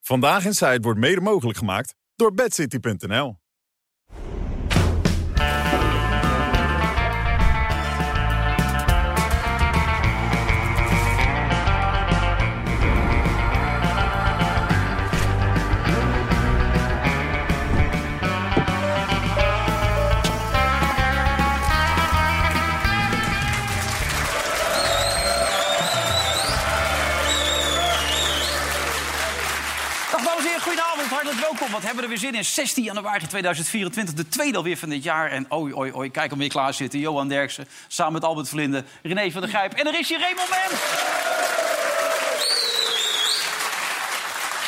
Vandaag in Zuid wordt mede mogelijk gemaakt door bedcity.nl. Dag dames en heren, goedenavond, hartelijk welkom. Wat hebben we er weer zin in? 16 januari 2024, de tweede alweer van dit jaar. En oi, oi, oi, kijk hem weer klaar zitten. Johan Derksen, samen met Albert Verlinde, René van der Grijp. En er is hier Raymond Man.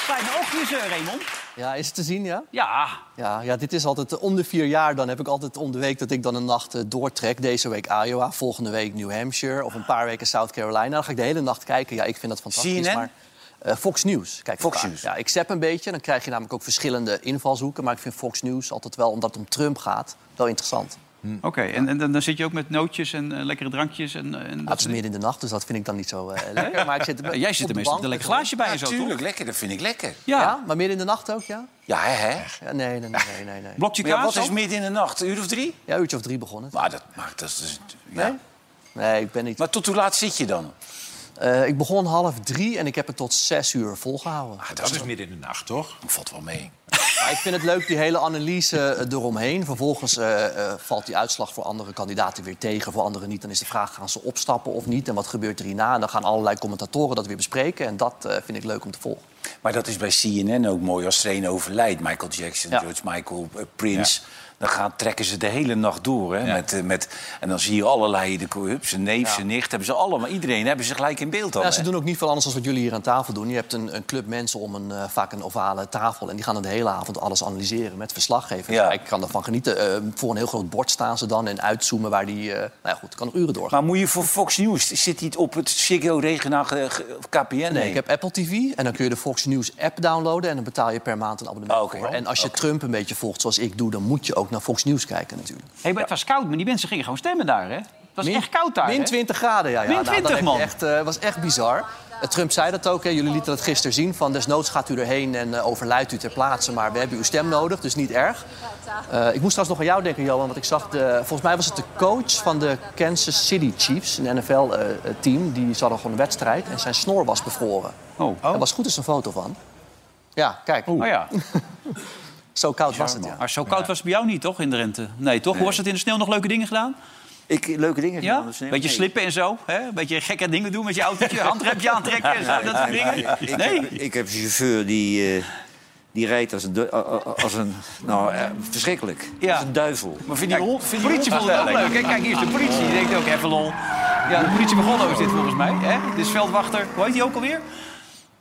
Kleine oogjes, eh, Raymond. Ja, is het te zien, ja? Ja, ja? Ja, dit is altijd eh, om de vier jaar. Dan heb ik altijd om de week dat ik dan een nacht eh, doortrek. Deze week Iowa, volgende week New Hampshire of een paar weken South Carolina. Dan ga ik de hele nacht kijken. Ja, ik vind dat fantastisch. CNN? Maar, eh, Fox News. Kijk ik Fox vaak. News. Ja, ik zap een beetje. Dan krijg je namelijk ook verschillende invalshoeken. Maar ik vind Fox News altijd wel, omdat het om Trump gaat, wel interessant. Nou, oké. En, en dan- dan zit je ook met nootjes en eh, lekkere drankjes. En, eh, en Ja, het is midden in de nacht, dus dat vind ik dan niet zo eh, lekker. Maar ik zit Jij zit er meestal met een lekker glaasje bij en zo, toch? Natuurlijk, lekker. Dat vind ik lekker. Ja, Ja, maar midden in de nacht ook, ja? Ja, hè, hè? ja nee, nee, nee, nee, nee, nee. blokje Maar ja, kaas wat is ook? midden in de nacht? Een uur of drie? Ja, uurtje of drie begonnen. Maar dat maakt... Dat is, ja. Nee? Nee, ik ben niet... Maar tot hoe laat zit je dan? Eh, ik begon half drie en ik heb het tot zes uur volgehouden. Ah, dat is midden in de nacht, toch? Dat valt wel mee. Maar ik vind het leuk, die hele analyse eh, eromheen. Vervolgens eh, eh, valt die uitslag voor andere kandidaten weer tegen, voor anderen niet. Dan is de vraag, gaan ze opstappen of niet? En wat gebeurt er hierna? En dan gaan allerlei commentatoren dat weer bespreken. En dat eh, vind ik leuk om te volgen. Maar dat is bij CNN ook mooi. Als er een overlijdt, Michael Jackson, Ja. George Michael, eh, Prince... dan gaan, trekken ze de hele nacht door. Hè, met, eh, met, en dan zie je allerlei... De, co- hup, zijn neef, zijn nicht, hebben ze allemaal... Iedereen hebben ze gelijk in beeld dan. Ja, hè? ze doen ook niet veel anders dan wat jullie hier aan tafel doen. Je hebt een, een club mensen om een, eh, vaak een ovale tafel. En die gaan dan de hele avond alles analyseren met verslaggevers. Ja. Ik kan ervan genieten. Eh, voor een heel groot bord staan ze dan en uitzoomen waar die... eh, nou ja, goed, kan nog uren doorgaan. Maar moet je voor Fox News... Zit hij op het Ziggo Regionaal eh, ge- of KPN? Nee, Nee, ik heb Apple TV en dan kun je de Fox News app downloaden... en dan betaal je per maand een abonnement Oh, Ah, oké. voor. En als je Trump een beetje volgt, zoals ik doe... dan moet je ook naar Fox News kijken natuurlijk. Hey, maar het was koud, maar die mensen gingen gewoon stemmen daar, hè? Het was Min- echt koud daar, hè? Min 20 graden, ja. ja. Min Nou, dan 20, heb je man. echt, eh, was echt bizar. Eh, Trump zei dat ook, hè. jullie lieten dat gisteren zien. Van desnoods gaat u erheen en eh, overlijdt u ter plaatse. Maar we hebben uw stem nodig, dus niet erg. Eh, ik moest trouwens nog aan jou denken, Johan. Want ik zag, de, volgens mij was het de coach van de Kansas City Chiefs, een NFL-team. eh, die zat al gewoon een wedstrijd en zijn snor was bevroren. Oh. Er was goed eens een foto van. Ja, kijk, Oh ja, zo koud was het, ja. maar zo koud was het bij jou niet, toch, in de rente? Nee, toch? Hoe was het in de sneeuw nog leuke dingen gedaan? Ik, leuke dingen Ja? gedaan, dat is een- Beetje nee. slippen en zo. Hè? Beetje gekke dingen doen met je autootje, handrempje aantrekken en zo. Dat soort dingen. Ik, Nee? heb, ik heb een chauffeur die, eh, die rijdt als een, du- a- a- als een... Nou, eh, verschrikkelijk. Ja. Als een duivel. Maar vind je die hond? De Vind je die politie hond vond het ook wel lekker? leuk. Hè? Kijk, hier is de politie. Die denkt ook even lol. Ja, de politie van Goddo is dit volgens mij. Hè? Dit is veldwachter. Hoe heet die ook alweer?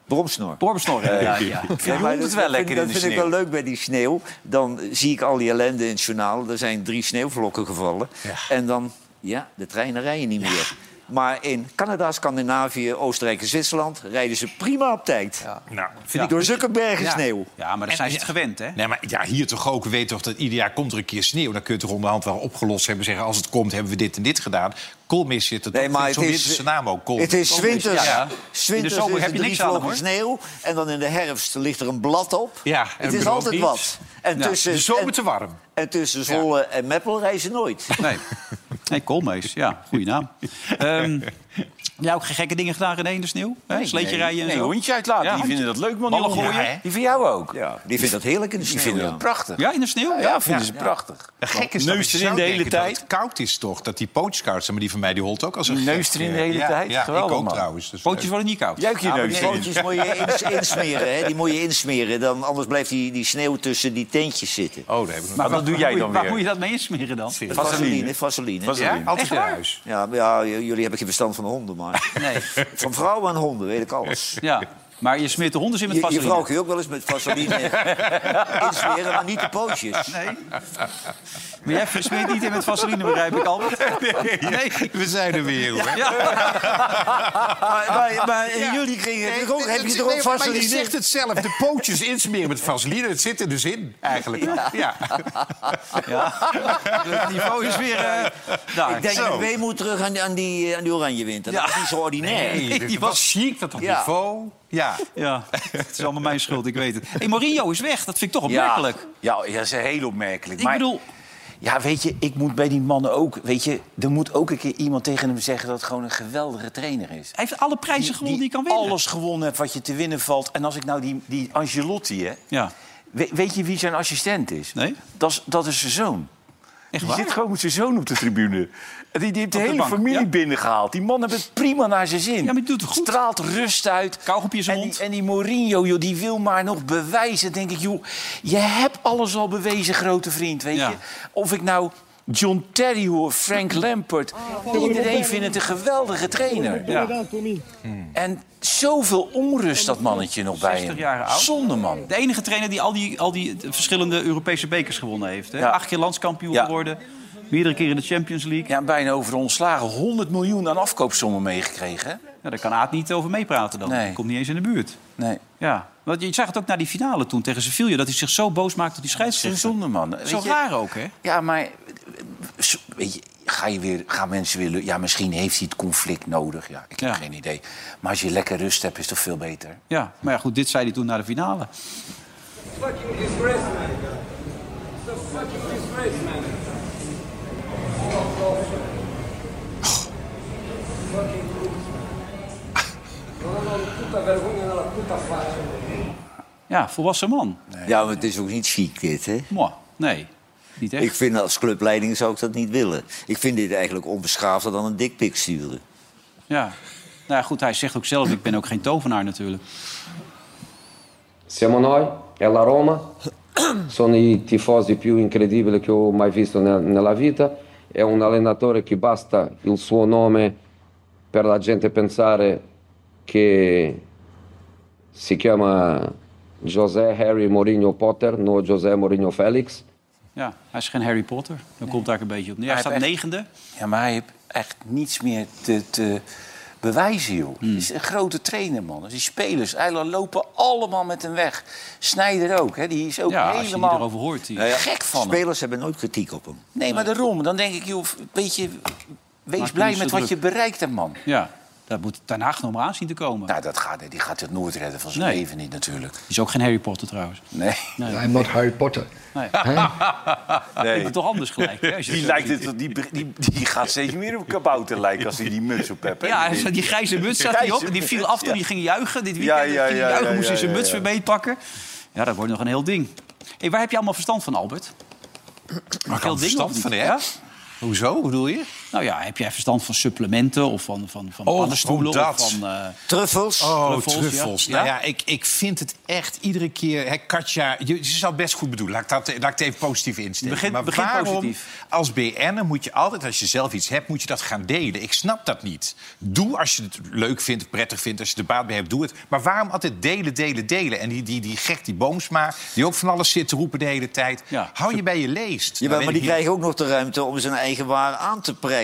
Bromsnor. Borbesnor. Ja, ja, ja. Vind je maar hond het dat- wel dat lekker vind, in dat de vind ik sneeuw? wel leuk bij die sneeuw. Dan zie ik al die ellende in het journaal. Er zijn drie sneeuwvlokken gevallen. En dan, ja, de treinen rijden niet meer. Maar in Canada, Scandinavië, Oostenrijk en Zwitserland... rijden ze prima op tijd. Nou, Door Zuckerbergen sneeuw. Ja, maar dat zijn ze het gewend, hè? Nee, maar ja, hier toch ook. We weten toch dat ieder jaar komt er een keer sneeuw. Dan kun je toch onderhand wel opgelost hebben. Zeggen, als het komt, hebben we dit en dit gedaan. Koolmis zit er Nee, toch maar Zo'n het is- winterse naam ook, Koolmis. Het is winters. ja. In de Zwinters zomer is heb er je niks drie aan, vlogen hoor. sneeuw. En dan in de herfst ligt er een blad op. Ja, en het is bureau altijd niets. wat. En Ja, tussen, de zomer en- te warm. En tussen Zwolle en Meppel reizen nooit. Nee. Nee, koolmees. Ja, goede naam. Ehm, jij ook gekke dingen gedaan René, in de sneeuw? Hè? Sleetje rijden en Nee, zo? hondje uitlaten. Ja, die vinden dat leuk, man. Ballen die honden. gooien. Ja, hè? Die van jou ook. Ja, die vindt dat heerlijk in de Die sneeuw. vinden ja. dat prachtig. Ja, in de sneeuw? Ja, vinden ze prachtig. Gek is dat, Neus Nou, erin je zou de hele denken dat tijd. het koud is toch, dat die pootskaart, maar die van mij, die holt ook als een Neus gek, erin de eh, hele ja, tijd? Ja, Geweldig, ik ook man. trouwens. Dus, Pootjes eh, worden niet koud. Juik je Ja, maar neus die erin. bootjes moet je ins- insmeren. Hè. Die moet je insmeren. Dan, anders blijft die, die sneeuw tussen die tentjes zitten. Oh, daar heb ik nog Maar wat doe jij Waar dan moet je- Waar moet je weer? dat mee insmeren dan? Vaseline. Vaseline. Vaseline. Ja, altijd Echt in waar? huis. Ja, maar ja, j- jullie hebben geen verstand van honden, maar... Nee. Van vrouwen en honden weet ik alles. Ja. Maar je smeert de honden in met Je, je vaseline. vrouw kun je ook wel eens met vaseline eh, insmeren, maar niet de pootjes. Nee. Maar jij smeert niet in met vaseline, begrijp ik, Albert? Nee. We zijn er weer, hoor. Ja. Maar, maar, maar Ja. jullie kregen Nee, heb je ook, heb dat je is- er ook nee, maar vaseline? je zegt het zelf, de pootjes insmeren met vaseline. Het zit er dus in, eigenlijk. Ja. Het niveau is weer eh, daar. Ik denk Zo. dat we moet terug eh, aan, die- aan die, aan die oranje winter. Dat Ja. is niet zo ordinair. Nee, Nee, dat die was was- chic, dat had Ja. niveau. Ja. Ja, het is allemaal mijn schuld, ik weet het. Hé, hey, Mourinho is weg. Dat vind ik toch Ja, opmerkelijk. ja, ja, dat is heel opmerkelijk. Ik maar, bedoel- Ja, weet je, ik moet bij die mannen ook... Weet je, er moet ook een keer iemand tegen hem zeggen... dat het gewoon een geweldige trainer is. Hij heeft alle prijzen gewonnen die hij kan winnen. alles gewonnen heeft wat je te winnen valt. En als ik nou die, die Angelotti, hè... Ja, We- weet je wie zijn assistent is? Nee. Dat is, dat is zijn zoon. echt Die waar. zit gewoon met zijn zoon op de tribune. En die, die heeft de Op de hele bank, familie ja. binnengehaald. Die man heeft het prima naar zijn zin. Ja, maar die doet het goed. Straalt rust uit. Kauwgompje in zijn en die, mond. en die Mourinho, joh, die wil maar nog bewijzen. denk ik, joh, je hebt alles al bewezen, grote vriend. Weet Ja. je? Of ik nou John Terry hoor, Frank Lampert. Oh. Iedereen vindt het een geweldige trainer. Ja. En zoveel onrust dat mannetje nog bij 60 hem. jaar oud. Zonde, man. De enige trainer die al die, al die verschillende Europese bekers gewonnen heeft. Hè? Ja. Acht keer landskampioen Ja. geworden. Meerdere keren in de Champions League. Ja, bijna over ontslagen. 100 miljoen aan afkoopsommen meegekregen. hè? Ja, daar kan Aad niet over meepraten dan. Nee. Die Komt niet eens in de buurt. Nee. Ja, want je zag het ook naar die finale toen tegen Sevilla... dat hij zich zo boos maakte op die Zo'n scheidsrechter. zonde, man. Weet Zo je- raar ook, hè? Ja, maar zo- weet je, ga je weer, gaan mensen willen. Ja, misschien heeft hij het conflict nodig. Ja, ik heb Ja. geen idee. Maar als je lekker rust hebt, is het toch veel beter. Ja, maar ja, goed, dit zei hij toen naar de finale. fucking disgrace, man. It's a fucking disgrace, man. Fucking cruz, man. Não, não, puta vergonha na puta faixa. Ja, volwassen man. Ja, maar het is ook niet chic dit, hè? Mwah, nee, niet echt. Ik vind als clubleiding zou ik dat niet willen. Ik vind dit eigenlijk onbeschaafder dan een dikpik sturen. Ja. Nou ja, goed, hij zegt ook zelf, ik ben ook geen tovenaar natuurlijk. Siamo noi, è la Roma, sono i tifosi più incredibili che ho mai visto ne- nella vita, è un allenatore che basta il suo nome per la gente pensare che si chiama José Harry Mourinho Potter, non José Mourinho Felix. Ja, hij is geen Harry Potter. Dan komt daar een beetje op neer. Hij Hij staat heeft echt- negende. Ja, maar hij heeft echt niets meer te, te bewijzen, joh. Hmm. Het is een grote trainer, man. Dus die spelers, hij lopen allemaal met hem weg. Snijder ook, hè. Die is ook Ja, als je die helemaal erover hoort. Die... gek van hem. Spelers hebben nooit kritiek op hem. Nee, maar daarom. Dan denk ik, joh, weet je... Wees Maak je blij niet zo met wat druk. je bereikt hebt, man. Ja, daar moet Ten Hag nog maar aan zien te komen. Nou, dat gaat, die gaat het nooit redden van zijn Nee. leven niet, natuurlijk. Die is ook geen Harry Potter trouwens. Nee. I'm not Harry Potter. Nee. Ik Ah, toch anders gelijk. hè, als je Die, zo lijkt ziet. het, die, die, die gaat steeds meer op een kabouter lijken als hij die muts op hebt. hè? Ja, hij zat- die grijze muts zat hij op. en Die viel af toen hij ging juichen. Dit weekend Ja, ja, ging hij ja, juichen, ja, moest hij ja, zijn ja, muts ja. weer meepakken. Ja, dat wordt nog een heel ding. Hey, waar heb je allemaal verstand van, Albert? Maar Kan verstand van, hè? Hoezo, bedoel je? Nou ja, heb jij verstand van supplementen of van, van, van Oh, paddenstoelen? oh, dat. Of van, eh, Truffels? Oh, Truffels, truffels. ja. Nou Ja? ja, ik, ik vind het echt iedere keer... Hè, Katja, je, ze zou het best goed bedoelen. Laat ik, dat, laat ik het even positief insteken. Begin- maar begin waarom positief. als BN'er moet je altijd, als je zelf iets hebt... moet je dat gaan delen? Ik snap dat niet. Doe als je het leuk vindt, prettig vindt, als je er baat bij hebt, doe het. Maar waarom altijd delen, delen, delen? En die, die, die gek, die boomsma, die ook van alles zit te roepen de hele tijd. Ja. Hou je bij je leest. Ja, Dan maar weet die ik niet- krijgen ook nog de ruimte om zijn eigen waar aan te prijzen.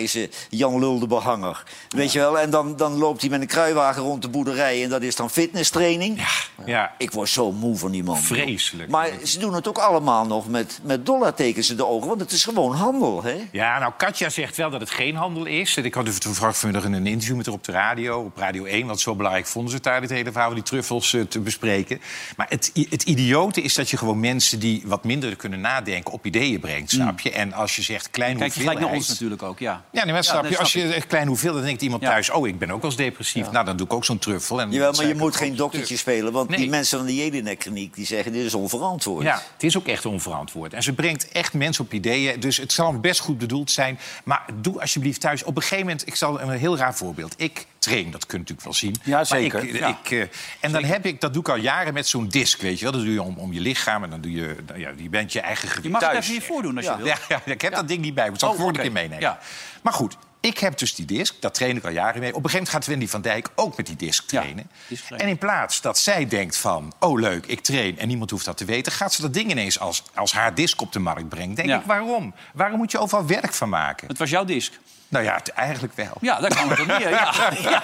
Jan Lul de Behanger. Weet je wel? En dan, dan loopt hij met een kruiwagen rond de boerderij. En dat is dan fitnesstraining. Ja. Ik word zo moe van die man. Vreselijk. Maar ze doen het ook allemaal nog met, met dollartekens in de ogen. Want het is gewoon handel, hè? Ja, nou, Katja zegt wel dat het geen handel is. En ik had toen vraag vanmiddag in een interview met haar op de radio, op Radio 1... want zo belangrijk vonden ze het daar, dit hele verhaal, die truffels eh, te bespreken. Maar het, i- het idiote is dat je gewoon mensen die wat minder kunnen nadenken... op ideeën brengt, snap je? En als Hmm. je zegt klein Kijk, je gelijk hoeveelheid... naar ons natuurlijk ook, ja. Ja, nee, maar snap nee, je, als snap je echt klein hoeveelheid... dan denkt iemand Ja. thuis, oh, ik ben ook wel eens depressief. Nou, dan doe ik ook zo'n truffel. En Jawel, dat maar je zei- moet geen doktertje spelen. Want Nee. die mensen van de Jelinek-kliniek die zeggen... dit is onverantwoord. Ja, het is ook echt onverantwoord. En ze brengt echt mensen op ideeën. Dus het zal best goed bedoeld zijn. Maar doe alsjeblieft thuis. Op een gegeven moment, ik zal een heel raar voorbeeld. Ik train, dat kunt u natuurlijk wel zien. Ja, Maar zeker. ik- Ja. ik, eh, en dan heb ik, dat doe ik al jaren met zo'n disc, weet je wel. Dat doe je om, om je lichaam en dan doe je, nou ja, je bent je eigen gewicht Je mag het thuis. even hier voordoen als je wil. Ja, ja, ik heb dat ding niet bij me. Dat zal ik Oh, volgende oké. keer meenemen. Ja. Maar goed, ik heb dus die disc. Daar train ik al jaren mee. Op een gegeven moment gaat Wendy van Dijk ook met die disc Ja, trainen. disc trainen. en in plaats dat zij denkt van... oh leuk, ik train en niemand hoeft dat te weten... gaat ze dat ding ineens als, als haar disc op de markt brengen. Denk Ja. ik, waarom? Waarom moet je overal werk van maken? Het was jouw disc. Nou ja, het- eigenlijk wel. Ja, daar kwam het op neer. Ja,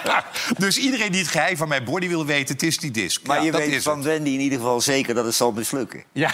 ja. dus iedereen die het geheim van mijn body wil weten, het is die disc. Maar Ja, je dat weet is van het. Wendy in ieder geval zeker dat het zal mislukken. Ja.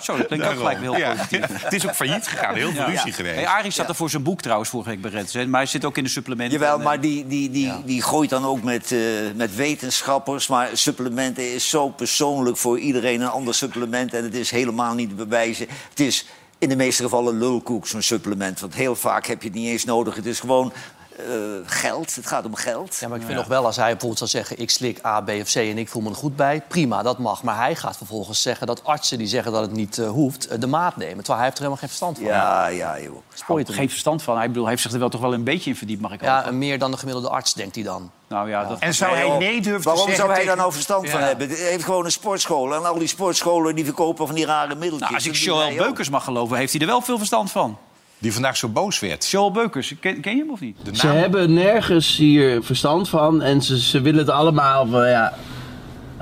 Zo, dat klinkt ook gelijk heel Ja. Het is ook failliet gegaan, heel veel ruzie geweest. Hey, Arie zat er voor zijn boek trouwens vorige week bij Reds. hè. Maar hij zit ook in de supplementen. Jawel, En, eh, maar die, die, die, die gooit dan ook met, eh, met wetenschappers. Maar supplementen is zo persoonlijk voor iedereen een ander supplement. En het is helemaal niet te bewijzen. Het is in de meeste gevallen lulkoek, zo'n supplement. Want heel vaak heb je het niet eens nodig. Het is gewoon eh, geld. Het gaat om geld. Ja, maar ik vind nog wel, als hij bijvoorbeeld zou zeggen... ik slik A, B of C en ik voel me er goed bij, prima, dat mag. Maar hij gaat vervolgens zeggen dat artsen die zeggen dat het niet eh, hoeft... eh, de maat nemen, terwijl hij heeft er helemaal geen verstand van. Ja, ja, joh. Spoor je het hem. Geen verstand van. Hij, bedoel, hij heeft zich er wel toch wel een beetje in verdiept, mag ik Ja, ook. en meer dan de gemiddelde arts, denkt hij dan. Nou ja, dat... En zou Nee, hij joh. nee durven te Waarom zeggen zou hij daar tegen- nou verstand van Ja. hebben? Hij heeft gewoon een sportschool. En al die sportscholen die verkopen van die rare middeltjes. Nou, als ik Dat doen wij Joël ook. Beukers mag geloven, heeft hij er wel veel verstand van. Die vandaag zo boos werd. Joël Beukers, ken, ken je hem of niet? De Ze naam hebben nergens hier verstand van en ze, ze willen het allemaal van ja.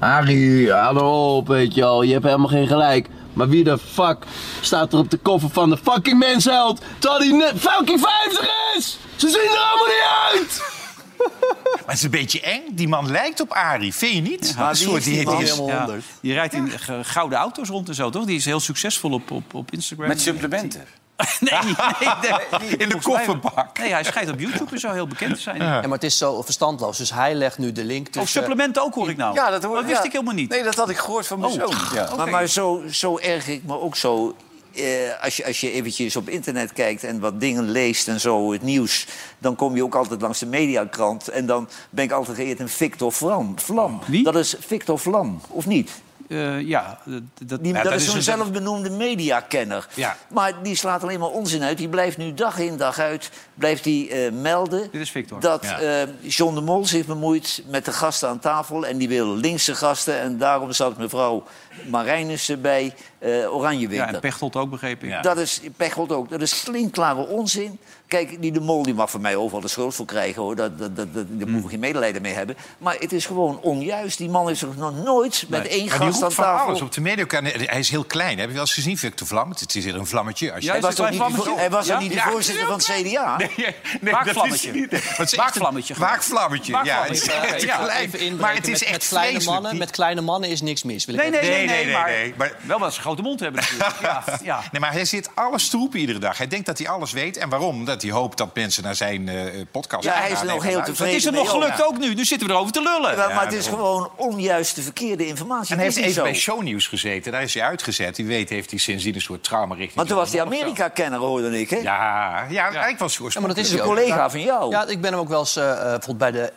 Harry, hou nou op, weet je wel, je hebt helemaal geen gelijk. Maar wie de fuck staat er op de koffer van de fucking mensheld terwijl hij net fucking 50 is? Ze zien er allemaal niet uit! Maar het is een beetje eng. Die man lijkt op Arie. Vind je niet? Maar Een wie soort is die die het man? is. Helemaal Ja, honderd. die rijdt in eh, gouden auto's rond en zo, toch? Die is heel succesvol op, op, op Instagram. Met supplementen. Nee, nee, nee. In de kofferbak. Nee, hij schijnt op YouTube en zo heel bekend te zijn. Ja, maar het is zo verstandloos, dus eh, hij legt nu de link Of tussen... Oh, supplementen ook, hoor ik nou. Ja, dat, hoor, wist ja. ik helemaal niet. Nee, dat had ik gehoord van mijn Oh. zoon. Ja. Maar, maar zo, zo erg ik me ook zo. eh, als, je, als je eventjes op internet kijkt en wat dingen leest en zo, het nieuws... dan kom je ook altijd langs de mediakrant. En dan ben ik altijd geëerd in Victor Vlam. Vlam. Wie? Dat is Victor Vlam, of niet? Eh, ja, dat, dat- Die, dat, dat is is zo'n een- zelfbenoemde mediakenner. Ja. Maar die slaat alleen maar onzin uit. Die blijft nu dag in dag uit blijft die, eh, melden... Dit is Victor. dat Ja. eh, John de Mol zich bemoeit met de gasten aan tafel. En die wil linkse gasten. En daarom zat mevrouw Marijnissen bij eh ja, Oranjewinter. en Pechtold ook, begreep ik. Ja. Dat is Pechgold ook. Dat is klinkklare onzin. Kijk, die de mol die mag van mij overal de schuld voor krijgen. Hoor. Dat, dat, dat, dat- Hmm. daar moeten we geen medelijden mee hebben. Maar het is gewoon onjuist. Die man heeft zich nog nooit met één Maar die gast aan roept van tafel... alles op de mediakan. Hij is heel klein. Heb je wel eens gezien, Victor Vlam? Het is hier een vlammetje. Als je... Ja, Hij is was het toch bij niet, de, Vlammetje? vo- hij was toch Ja? niet de Ja. voorzitter van het CDA? Nee, Waakvlammetje. dat is niet- Wat is echt een- Waakvlammetje gewoon. Waakvlammetje, ja. Het is Waakvlammetje, echt ja. klein. Even inbreken, Maar het is met, echt met kleine vreselijk. mannen, Die- met kleine mannen is niks mis. Wil ik Nee, nee, even- nee, nee, Nee, nee, maar, nee, maar- Wel wat ze grote mond hebben natuurlijk. Ja, ja. Nee, maar hij zit alles te roepen iedere dag. Hij denkt dat hij alles weet. En waarom? Dat hij hoopt dat mensen naar zijn eh, podcast Ja, hij is gaan nog en heel luisteren. tevreden. Is het nog gelukt ook nu? Nu zitten we erover te lullen. Maar, maar het is gewoon onjuiste, verkeerde informatie. En hij Het heeft is even bij niet zo. shownieuws gezeten. Daar is hij uitgezet. Wie weet heeft hij sindsdien een soort trauma richting... Want toen was die John de Mol of zo. Amerika-kenner, hoorde ik. Hè? Ja, ja, eigenlijk was hij Ja, maar dat is Een hij ook. collega van jou. Ja, ik ben hem ook wel eens, eh, eh, bijvoorbeeld bij de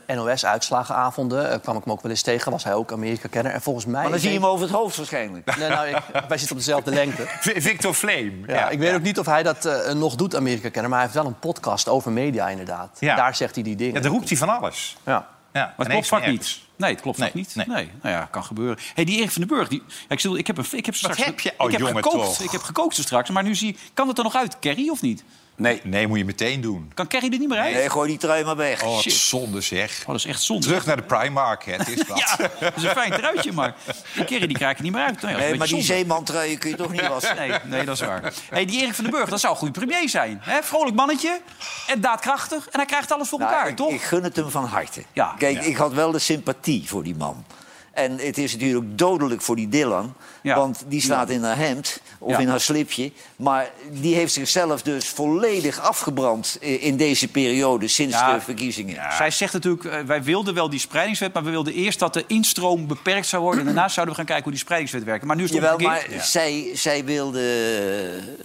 NOS-uitslagenavonden... eh, kwam ik hem ook wel eens tegen, was hij ook Amerika-kenner. En volgens mij... Maar dan zie je hem over het hoofd waarschijnlijk. Nee, nou, ik, wij zitten op dezelfde lengte. V- Victor Flame. Ja, ik weet ook niet of hij dat eh, nog doet, Amerika kennen. Maar hij heeft wel een podcast over media, inderdaad. Ja. Daar zegt hij die dingen. Ja, daar roept hij van alles. Ja. Ja, Maar het klopt ineens vaak nergens. niet. Nee, het klopt Nee, vaak niet. Nee. nee. nou ja, kan gebeuren. hey, die Erik van den Burg, die, ja, ik, stel, ik heb, een, ik heb straks... heb je? Oh, ik heb jongen, gekookt, toch. Ik heb gekookt zo straks, maar nu zie Kan het er nog uit, Kerry, of niet? Nee. Nee, moet je meteen doen. Kan Kerry er niet meer uit? Nee, gooi die trui maar weg. Oh, wat Shit. zonde zeg. Oh, dat is echt zonde. Terug naar de Primark, hè. Het is wat. Ja, dat is een fijn truitje, maar die Kerry die krijg je niet meer uit. Nou ja, dat is nee, een maar die beetje zonde. zeemantrui kun je toch niet wassen. Nee, nee, dat is waar. Hey, die Erik van den Burg, dat zou een goede premier zijn. hè? vrolijk mannetje, en daadkrachtig. En hij krijgt alles voor Nou, elkaar, ik, toch? ik gun het hem van harte. Ja. Kijk, ik had wel de sympathie voor die man. En het is natuurlijk dodelijk voor die Dylan. Ja. Want die staat in haar hemd of Ja. in haar slipje. Maar die heeft zichzelf dus volledig afgebrand eh, in deze periode sinds Ja. de verkiezingen. Zij zegt natuurlijk, eh, wij wilden wel die spreidingswet... maar we wilden eerst dat de instroom beperkt zou worden. Daarna zouden we gaan kijken hoe die spreidingswet werkt. Maar nu is het Jawel, omgekeerd. maar zij, zij wilde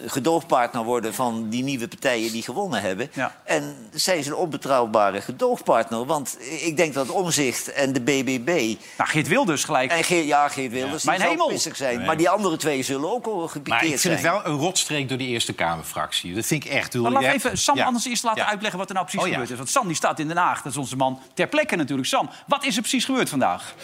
eh, gedoogpartner worden van die nieuwe partijen die gewonnen hebben. Ja. En zij is een onbetrouwbare gedoogpartner. Want ik denk dat Omzicht en de BBB Nou, Geert Wilders gelijk. En Geert, ja, Geert Wilders, Mijn die zal hemel. pissig zijn. Maar die andere twee zullen ook al Maar ik gepikeerd vind zijn. het wel een rotstreek door die Eerste Kamerfractie. Dat vind ik echt... Maar laat even Sam anders eerst laten uitleggen. uitleggen wat er nou precies Oh, ja. gebeurd is. Want Sam die staat in Den Haag, dat is onze man ter plekke natuurlijk. Sam, wat is er precies gebeurd vandaag?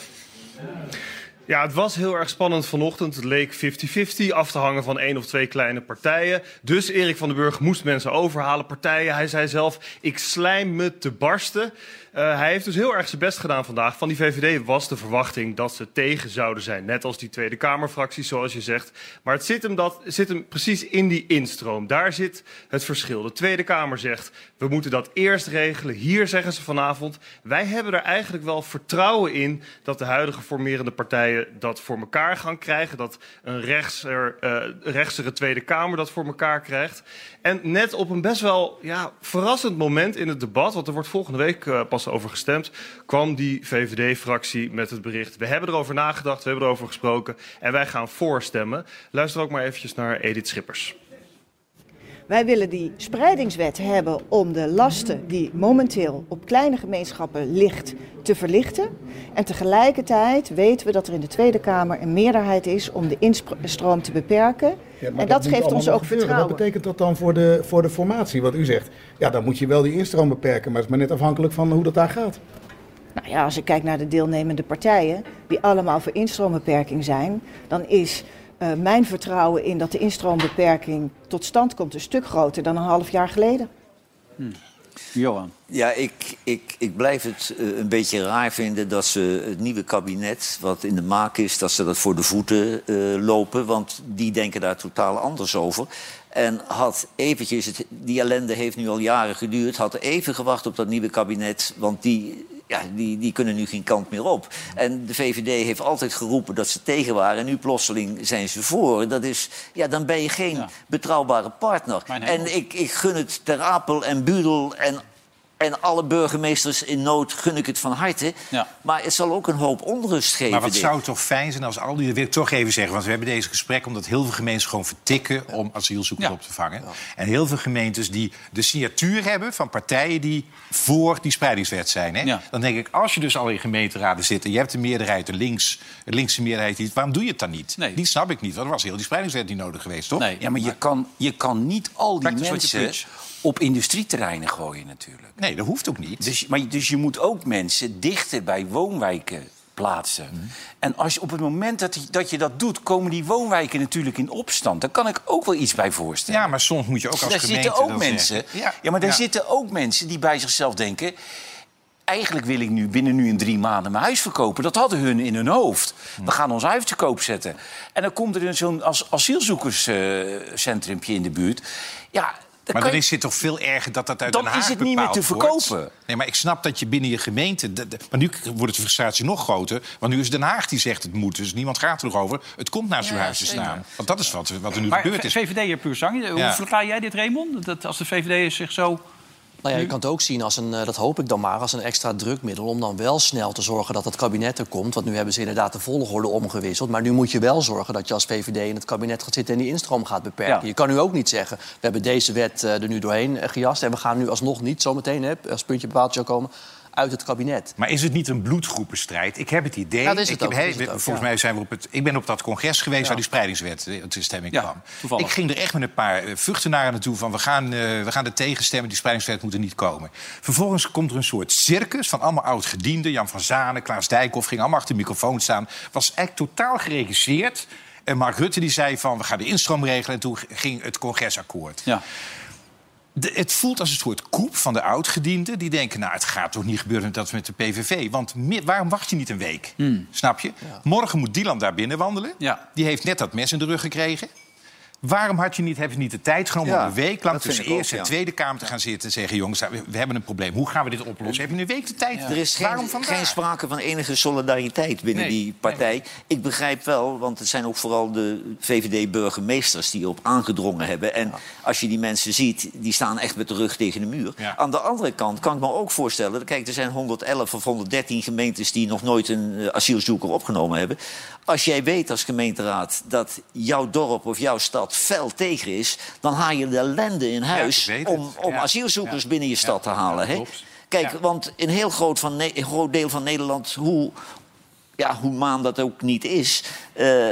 Ja, het was heel erg spannend vanochtend. Het leek 50-50, af te hangen van één of twee kleine partijen. Dus Erik van den Burg moest mensen overhalen, partijen. Hij zei zelf, ik slijm me te barsten. Eh, Eh, hij heeft dus heel erg zijn best gedaan vandaag. Van die VVD was de verwachting dat ze tegen zouden zijn. Net als die Tweede Kamerfractie, zoals je zegt. Maar het zit hem, dat, zit hem precies in die instroom. Daar zit het verschil. De Tweede Kamer zegt, we moeten dat eerst regelen. Hier zeggen ze vanavond, wij hebben er eigenlijk wel vertrouwen in... dat de huidige formerende partijen dat voor elkaar gaan krijgen. Dat een rechtser, eh, rechtsere Tweede Kamer dat voor elkaar krijgt. En net op een best wel ja, verrassend moment in het debat... want er wordt volgende week eh, pas over gestemd... kwam die VVD-fractie met het bericht... we hebben erover nagedacht, we hebben erover gesproken... en wij gaan voorstemmen. Luister ook maar eventjes naar Edith Schippers. Wij willen die spreidingswet hebben om de lasten die momenteel op kleine gemeenschappen ligt te verlichten. En tegelijkertijd weten we dat er in de Tweede Kamer een meerderheid is om de instroom te beperken. Ja, maar en dat, moet geeft allemaal ons ook nog gebeuren. vertrouwen. Wat betekent dat dan voor de, voor de formatie, wat u zegt? Ja, dan moet je wel die instroom beperken, maar het is maar net afhankelijk van hoe dat daar gaat. Nou ja, als ik kijk naar de deelnemende partijen, die allemaal voor instroombeperking zijn, dan is eh, mijn vertrouwen in dat de instroombeperking tot stand komt een stuk groter dan een half jaar geleden. Johan. Ja, ik, ik, ik blijf het eh, een beetje raar vinden dat ze het nieuwe kabinet, wat in de maak is, dat ze dat voor de voeten eh, lopen. Want die denken daar totaal anders over. En had eventjes, het, die ellende heeft nu al jaren geduurd, had even gewacht op dat nieuwe kabinet. Want die ja, die, die kunnen nu geen kant meer op. En de VVD heeft altijd geroepen dat ze tegen waren. En nu plotseling zijn ze voor. Dat is, ja, dan ben je geen betrouwbare partner. En ik, ik gun het Ter Apel en Budel en, en alle burgemeesters in nood... gun ik het van harte. Ja. Maar het zal ook een hoop onrust geven. Maar wat dit. zou het toch fijn zijn als al die... Dat wil ik toch even zeggen, want we hebben deze gesprek... omdat heel veel gemeentes gewoon vertikken om asielzoekers op te vangen. En heel veel gemeentes die de signatuur hebben van partijen... die voor die spreidingswet zijn. Hè? Dan denk ik, als je dus al in gemeenteraden zit... en je hebt de meerderheid, de links, de linkse meerderheid... die- waarom doe je het dan niet? Die snap ik niet, want er was heel die spreidingswet niet nodig geweest, toch? ja, maar je kan, je kan niet al die Practice what you mensen op industrieterreinen gooien natuurlijk. Nee, dat hoeft ook niet. Dus, maar, je- dus je moet ook mensen dichter bij woonwijken plaatsen. Mhm. En als, je- op het moment dat, je- dat je dat doet, komen die woonwijken natuurlijk in opstand. Daar kan ik ook wel iets bij voorstellen. Ja, maar soms moet je ook als Dus daar gemeente... zitten ook dan mensen. zeggen- Ja, maar daar Ja. zitten ook mensen die bij zichzelf denken. Eigenlijk wil ik nu binnen nu in drie maanden mijn huis verkopen. Dat hadden hun in hun hoofd. We gaan ons huis te koop zetten. En dan komt er een zo'n as, asielzoekerscentrum in de buurt. Ja, dan Maar kan dan je- is het toch veel erger dat dat uit Dan Den Haag is het niet meer te bepaald wordt? verkopen. Nee, maar ik snap dat je binnen je gemeente... dat- dat- maar nu wordt de frustratie nog groter. Want nu is Den Haag die zegt het moet. Dus niemand gaat er nog over. Het komt naast uw huis te zeker. staan. Want dat is wat, wat er nu Maar gebeurd is. VVD hier puur zang. Hoe Ja. verklaar jij dit, Raymond? Dat als de VVD zich zo... Nou ja, je kan het ook zien als een, eh, dat hoop ik dan maar, als een extra drukmiddel. Om dan wel snel te zorgen dat het kabinet er komt. Want nu hebben ze inderdaad de volgorde omgewisseld. Maar nu moet je wel zorgen dat je als VVD in het kabinet gaat zitten en die instroom gaat beperken. Ja. Je kan nu ook niet zeggen, we hebben deze wet eh, er nu doorheen eh, gejast. En we gaan nu alsnog niet zometeen, hè, als puntje bepaald zou komen, uit het kabinet. Maar is het niet een bloedgroepenstrijd? Ik heb het idee. Ja, dat is het ik, heb- ook, dat is hey, het ook, volgens ja. mij zijn we op het. Ik ben op dat congres geweest waar die spreidingswet eh, tot stemming kwam. Ik ging er echt met een paar eh, vuchtenaren naartoe van we gaan, eh, we gaan er tegen stemmen, die spreidingswet moet er niet komen. Vervolgens komt er een soort circus van allemaal oud-gedienden. Jan van Zanen, Klaas Dijkhoff gingen allemaal achter de microfoon staan. Was eigenlijk totaal geregisseerd. En Mark Rutte die zei van we gaan de instroom regelen en toen ging het congres akkoord. Ja. De- het voelt als een soort koep van de oudgedienden. Die denken, nou, het gaat toch niet gebeuren dat is met de PVV. Want mi- waarom wacht je niet een week? Hmm. Snap je? Morgen moet Dylan daar binnen wandelen. Die heeft net dat mes in de rug gekregen. Waarom had je niet, heb je niet de tijd genomen Ja, om een week lang dat tussen vind ik ook, Eerste en ja. Tweede Kamer te gaan zitten... en zeggen, jongens, we we hebben een probleem. Hoe gaan we dit oplossen? Heb je een week de tijd? Er is Waarom geen, vandaag? geen sprake van enige solidariteit binnen Nee, die partij. Ik begrijp wel, want het zijn ook vooral de VVD-burgemeesters die op aangedrongen hebben. En als je die mensen ziet, die staan echt met de rug tegen de muur. Aan de andere kant kan ik me ook voorstellen... kijk, er zijn 111 of 113 gemeentes die nog nooit een eh, asielzoeker opgenomen hebben. Als jij weet als gemeenteraad dat jouw dorp of jouw stad fel tegen is... dan haal je de ellende in huis ik weet het. om, om Ja. asielzoekers Ja. dus binnen je stad te halen. hè? Kijk, want een heel groot, van Ne- een groot deel van Nederland, hoe, ja, hoe maan dat ook niet is, eh,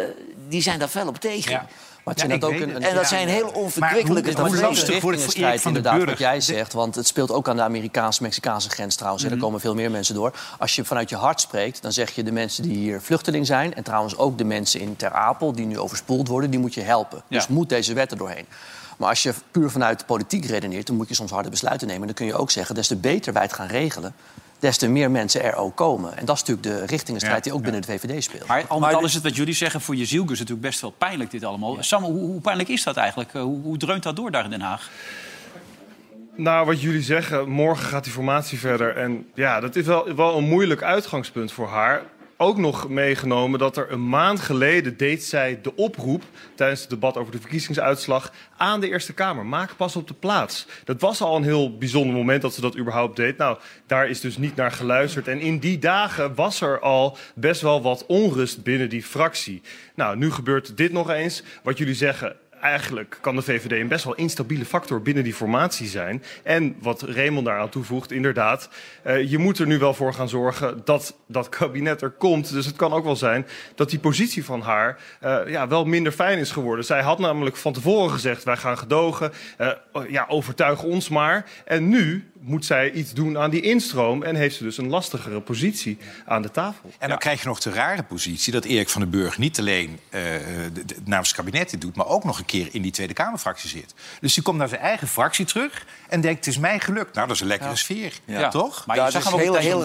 die zijn daar fel op tegen. Maar het zijn dat ook een, en dat zijn heel onverkwikkelijke lastig wordt voor strijd, inderdaad, wat jij zegt. Want het speelt ook aan de Amerikaans-Mexicaanse grens trouwens. En Mhm. daar komen veel meer mensen door. Als je vanuit je hart spreekt, dan zeg je de mensen die hier vluchteling zijn... en trouwens ook de mensen in Ter Apel die nu overspoeld worden... die moet je helpen. Dus moet deze wet er doorheen. Maar als je puur vanuit de politiek redeneert... dan moet je soms harde besluiten nemen. Dan kun je ook zeggen, des te beter wij het gaan regelen... des te meer mensen er ook komen. En dat is natuurlijk de richtingenstrijd die ook binnen de VVD speelt. Maar al met al is het wat jullie zeggen voor Jezielkus natuurlijk best wel pijnlijk dit allemaal. Sam, hoe, hoe pijnlijk is dat eigenlijk? Eh, Hoe, hoe dreunt dat door daar in Den Haag? Nou, wat jullie zeggen, morgen gaat die formatie verder. En ja, dat is wel, wel een moeilijk uitgangspunt voor haar. Ook nog meegenomen dat er een maand geleden deed zij de oproep... tijdens het debat over de verkiezingsuitslag aan de Eerste Kamer. Maak pas op de plaats. Dat was al een heel bijzonder moment dat ze dat überhaupt deed. Nou, daar is dus niet naar geluisterd. En in die dagen was er al best wel wat onrust binnen die fractie. Nou, nu gebeurt dit nog eens. Wat jullie zeggen, eigenlijk kan de VVD een best wel instabiele factor binnen die formatie zijn. En wat Raymond daaraan toevoegt, inderdaad, eh, je moet er nu wel voor gaan zorgen dat dat kabinet er komt. Dus het kan ook wel zijn dat die positie van haar eh, ja, wel minder fijn is geworden. Zij had namelijk van tevoren gezegd, wij gaan gedogen, eh, ja, overtuig ons maar. En nu moet zij iets doen aan die instroom en heeft ze dus een lastigere positie aan de tafel. En dan krijg je nog de rare positie dat Erik van den Burg niet alleen eh, de- de- namens het kabinet dit doet, maar ook nog een keer in die Tweede Kamerfractie zit. Dus die komt naar zijn eigen fractie terug en denkt: het is mij gelukt. Nou, dat is een lekkere sfeer, Ja. toch? Maar je zag hem ook meteen- Hij had Heel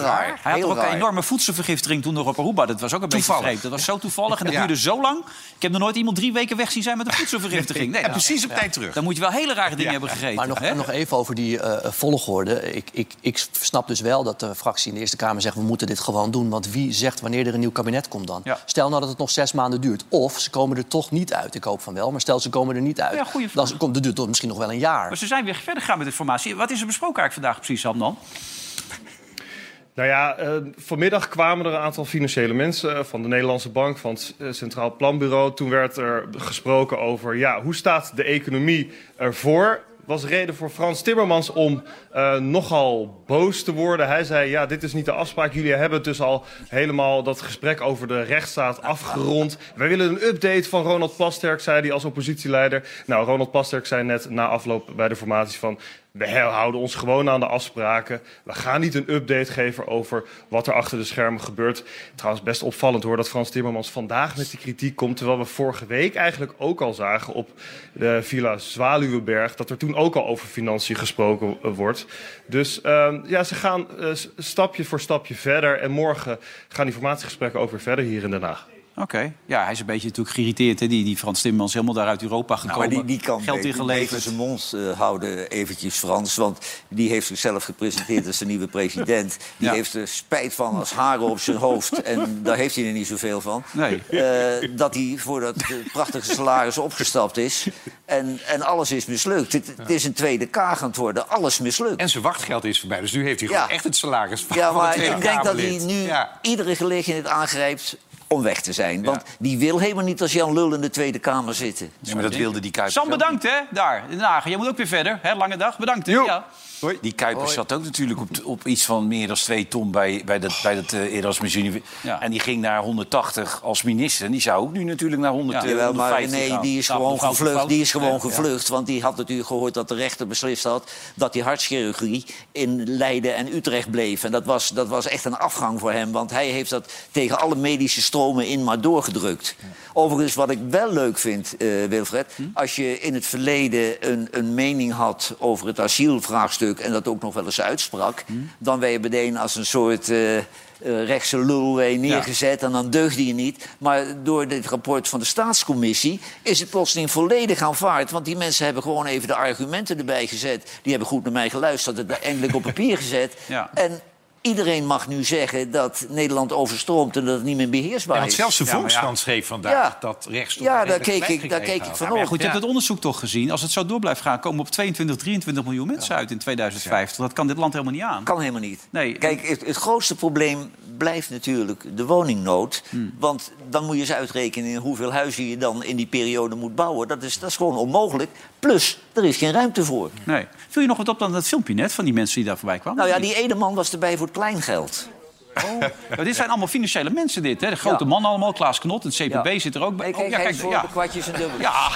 toch ook een raar. enorme voedselvergiftiging toen nog op Aruba. Dat was ook een Toevallig. beetje vreemd. Dat was zo toevallig en dat Ja. duurde zo lang. Ik heb nog nooit iemand drie weken weg zien zijn met een voedselvergiftiging. Nee, En nou, precies op tijd terug. Dan moet je wel hele rare dingen hebben gegeten. Maar nog, hè? nog even over die eh, volgorde. Ik, ik, ik snap dus wel dat de fractie in de Eerste Kamer zegt... we moeten dit gewoon doen, want wie zegt wanneer er een nieuw kabinet komt dan? Ja. Stel nou dat het nog zes maanden duurt. Of ze komen er toch niet uit. Ik hoop van wel, maar stel ze komen er niet uit. Ja, goeie dan komt, dat duurt toch misschien nog wel een jaar. Maar ze zijn weer verder gegaan met de formatie. Wat is er besproken eigenlijk vandaag precies, Sam, dan? Nou ja, eh, vanmiddag kwamen er een aantal financiële mensen eh, van de Nederlandse Bank, van het eh, Centraal Planbureau. Toen werd er gesproken over ja, hoe staat de economie ervoor. Was reden voor Frans Timmermans om eh, nogal boos te worden. Hij zei: Ja, dit is niet de afspraak. Jullie hebben dus al helemaal dat gesprek over de rechtsstaat afgerond. Wij willen een update van Ronald Plasterk, zei hij als oppositieleider. Nou, Ronald Plasterk zei net na afloop bij de formatie van... we houden ons gewoon aan de afspraken. We gaan niet een update geven over wat er achter de schermen gebeurt. Trouwens, best opvallend hoor dat Frans Timmermans vandaag met die kritiek komt... terwijl we vorige week eigenlijk ook al zagen op de Villa Zwaluwenberg... dat er toen ook al over financiën gesproken eh, wordt. Dus ehm, ja, ze gaan eh, s- stapje voor stapje verder. En morgen gaan die formatiegesprekken ook weer verder hier in Den Haag. Oké. Ja, hij is een beetje natuurlijk geïrriteerd, hè? Die, die Frans Timmermans helemaal daar uit Europa gekomen. Nou, maar die, die kan Geld beter- beter ingeleverd. zijn mond eh, houden, eventjes Frans. Want die heeft zichzelf gepresenteerd als de nieuwe president. Die Ja. heeft er spijt van als haren op zijn hoofd. En daar heeft hij er niet zoveel van. Nee. Eh, dat hij voor dat eh, prachtige salaris opgestapt is. En, en alles is mislukt. Het, het is een tweede kaag aan het worden. Alles mislukt. En zijn wachtgeld is voorbij, dus nu heeft hij Ja. gewoon echt het salaris van Ja, dus van maar het Tweede ik denk dat hij Kamerlid. nu Ja. iedere gelegenheid aangrijpt om weg te zijn. Want die wil helemaal niet als Jan Lul in de Tweede Kamer zitten. Nee, maar dat wilde die Kuipers Sam, ook bedankt, hè? Daar, in Den Haag. Jij moet ook weer verder, hè? Lange dag. Bedankt, hè? Ja. Die Kuipers zat ook natuurlijk op, op iets van meer dan twee ton bij, bij dat, bij dat eh, Erasmus Univers- Ja. En die ging naar 180 als minister. En die zou ook nu natuurlijk naar 100, eh, Jawel, maar 150 René, gaan. die is Nou, gewoon mevrouw de gevlucht. Fout. Die is Ja. gewoon gevlucht. Want die had natuurlijk gehoord dat de rechter beslist had... dat die hartchirurgie in Leiden en Utrecht bleef. En dat was, dat was echt een afgang voor hem. Want hij heeft dat tegen alle medische stromen in maar doorgedrukt. Overigens, wat ik wel leuk vind, eh, Wilfred... als je in het verleden een, een mening had over het asielvraagstuk... en dat ook nog wel eens uitsprak... dan werd je meteen als een soort... eh, eh, rechtse lul weer neergezet en dan deugde je niet. Maar door dit rapport van de staatscommissie is het plotseling volledig aanvaard. Want die mensen hebben gewoon even de argumenten erbij gezet. Die hebben goed naar mij geluisterd, het eindelijk op papier gezet. Ja. En iedereen mag nu zeggen dat Nederland overstroomt en dat het niet meer beheersbaar Ja, want is. zelfs de Ja, maar ja. Volkskrant schreef vandaag Ja. dat rechts. Ja, daar keek ik- daar keek ik van op. Ja, goed, je hebt het onderzoek toch gezien. Als het zo door blijft gaan, komen op 22, 23 miljoen mensen uit in 2050. Dat kan dit land helemaal niet aan. Kan helemaal niet. Nee. Kijk, het, het grootste probleem blijft natuurlijk de woningnood. Hmm. Want dan moet je eens uitrekenen hoeveel huizen je dan in die periode moet bouwen. Dat is, dat is gewoon onmogelijk. Plus, er is geen ruimte voor. Nee. Viel je nog wat op dan dat filmpje net van die mensen die daar voorbij kwamen? Nou ja, die ene man was erbij voor het kleingeld. Ja, dit zijn allemaal financiële mensen, dit. Hè? De grote Ja. mannen allemaal. Klaas Knot, het CPB Ja. zit er ook bij. Nee, Oh, kijk, ja, hij is voor ja. de kwartjes en dubbel. Ja.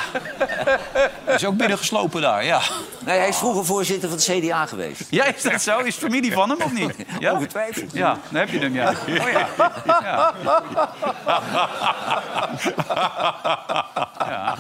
Hij is ook binnengeslopen daar, ja. Nee, hij is vroeger voorzitter van het CDA geweest. Ja, is dat zo? Is het familie van hem of niet? Ja? Ongetwijfeld. Ja, dan heb je hem, ja. Oh ja. Ja. ja.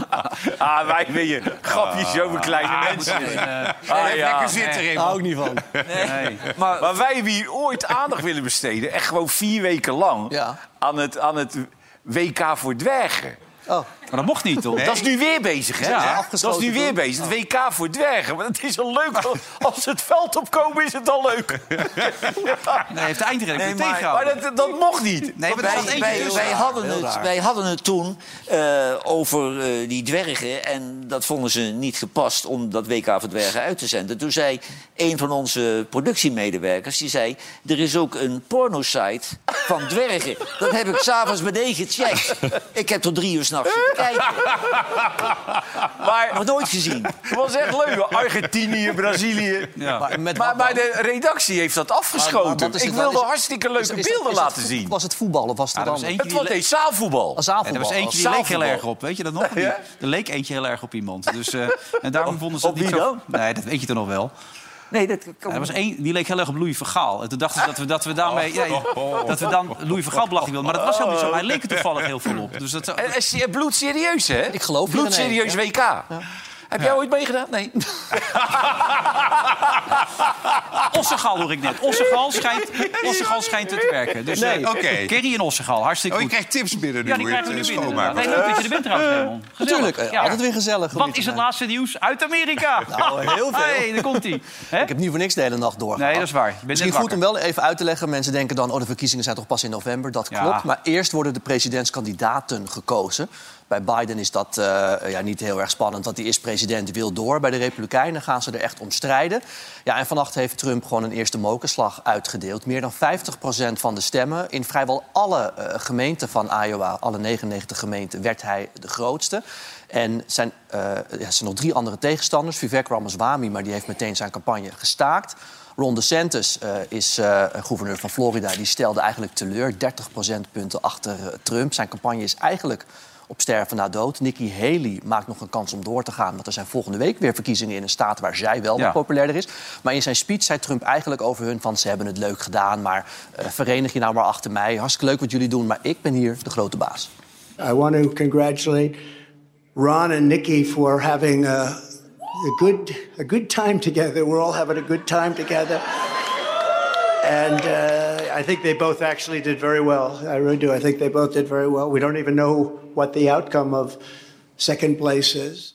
Ah, wij ben je. Grapjes over kleine Ah, mensen. moet even, eh, ah, even ja. lekker zitten, Nee. Raymond. Hou ik niet van. Nee. Maar, maar wij hebben hier ooit aandacht willen besteden. Echt gewoon vier weken lang. Aan, het, aan het WK voor dwergen. Oh. Maar dat mocht niet, toch? Dat is nu weer bezig, hè? Ja, dat is afgesloten Oh. nu weer toen. bezig. Het WK voor dwergen. Maar het is al leuk. Als- Als ze het veld opkomen, is het al leuk. Nee, heeft de eindredacteur Nee, maar- tegengehouden. maar dat- dat mocht niet. Nee, maar er wij, zat eentje wij- tussen. wij hadden Heel het, raar. wij hadden het toen eh, over eh, die dwergen. En dat vonden ze niet gepast om dat WK voor dwergen uit te zenden. Toen zei een van onze productiemedewerkers... die zei, er is ook een pornosite van dwergen. Dat heb ik s'avonds beneden gecheckt. Ik heb tot drie uur s'nachts zitten kijken. Maar Nog nooit gezien. het was echt leuk. Argentinië, Brazilië. Maar, met maar, wat dan? de redactie heeft dat afgeschoten. Maar- maar wat is Ik het dan? wilde Is het- hartstikke is- leuke is- is- beelden is het laten voet- zien. Was het voetbal of was het Ah, er was dan? eentje Het die was nee, zaalvoetbal. Als En er zaalvoetbal. was eentje die leek heel erg op, weet je dat nog? Die, Ja? Er leek eentje heel erg op iemand. Dus, eh, en daarom vonden ze op het niet wie zo... Nee, dat weet je toch nog wel. Nee, dat kan Er was één, die leek heel erg op Louis Vergaal. En toen dachten ze dat we, dat we daarmee... ja, dat we dan Louis Vergaal belachelijk wilden. Maar dat was helemaal niet zo. Hij leek er toevallig heel veel op. Dus dat, En, en se- bloed serieus, hè? Ik geloof je, bloed serieus nee. WK. Heb jij ooit meegedaan? Nee. Ossegal Ah, hoor ik net. Ossegal schijnt, Ossegal schijnt het te werken. Dus eh, Nee. Oké. Kerry en Ossegal, hartstikke Oh, je goed. krijgt tips binnen nu. Ja, die hoe je krijgen we nu het, eh, binnen. schoonmaakt. inderdaad. Nee, leuk dat je er bent trouwens, Raymond. Gezellig. Natuurlijk, eh, Ja. altijd weer gezellig. Wat is het laatste nieuws uit Amerika? Nou, heel veel. Hey, daar komt hij. Ik heb niet voor niks de hele nacht door. Nee, dat is waar. Je bent Misschien net goed om wel even uit te leggen. Mensen denken dan, oh, de verkiezingen zijn toch pas in november. Dat Ja. klopt. Maar eerst worden de presidentskandidaten gekozen. Bij Biden is dat eh, ja, niet heel erg spannend, want die is president, wil door. Bij de Republikeinen gaan ze er echt om strijden. Ja, en vannacht heeft Trump gewoon een eerste mokerslag uitgedeeld. Meer dan 50 van de stemmen. In vrijwel alle eh, gemeenten van Iowa, alle 99 gemeenten, werd hij de grootste. En zijn, eh, ja, er zijn nog drie andere tegenstanders. Vivek Ramaswamy, maar die heeft meteen zijn campagne gestaakt. Ron DeSantis eh, is eh, gouverneur van Florida. Die stelde eigenlijk teleur. 30 procentpunten achter eh, Trump. Zijn campagne is eigenlijk op sterven na dood. Nikki Haley maakt nog een kans om door te gaan. Want er zijn volgende week weer verkiezingen in een staat waar zij wel Ja. wat populairder is. Maar in zijn speech zei Trump eigenlijk over hun van... ze hebben het leuk gedaan, maar eh, verenig je nou maar achter mij. Hartstikke leuk wat jullie doen, maar ik ben hier de grote baas. I want to congratulate Ron and Nikki for having a, a good a good time together. We're all having a good time together, and uh, I think they both actually did very well. I really do. I think they both did very well. We don't even know what the outcome of second place eh, is.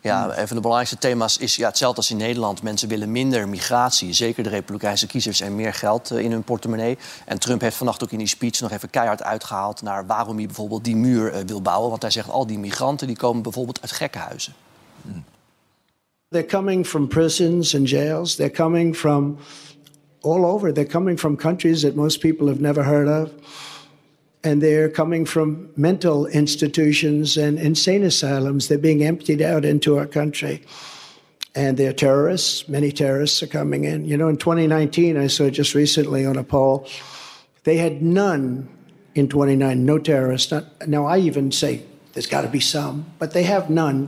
Ja, een van de belangrijkste thema's is ja, hetzelfde als in Nederland. Mensen willen minder migratie. Zeker de Republikeinse kiezers en meer geld eh, in hun portemonnee. En Trump heeft vannacht ook in die speech nog even keihard uitgehaald... naar waarom hij bijvoorbeeld die muur eh, wil bouwen. Want hij zegt, al die migranten die komen bijvoorbeeld uit gekkenhuizen. They're coming from prisons and jails. They're coming from all over. They're coming from countries that most people have never heard of. And they're coming from mental institutions and insane asylums. They're being emptied out into our country. And they're terrorists. Many terrorists are coming in. You know, in 2019, I saw just recently on a poll, they had none in 29, no terrorists. Not, now, I even say there's got to be some, but they have none.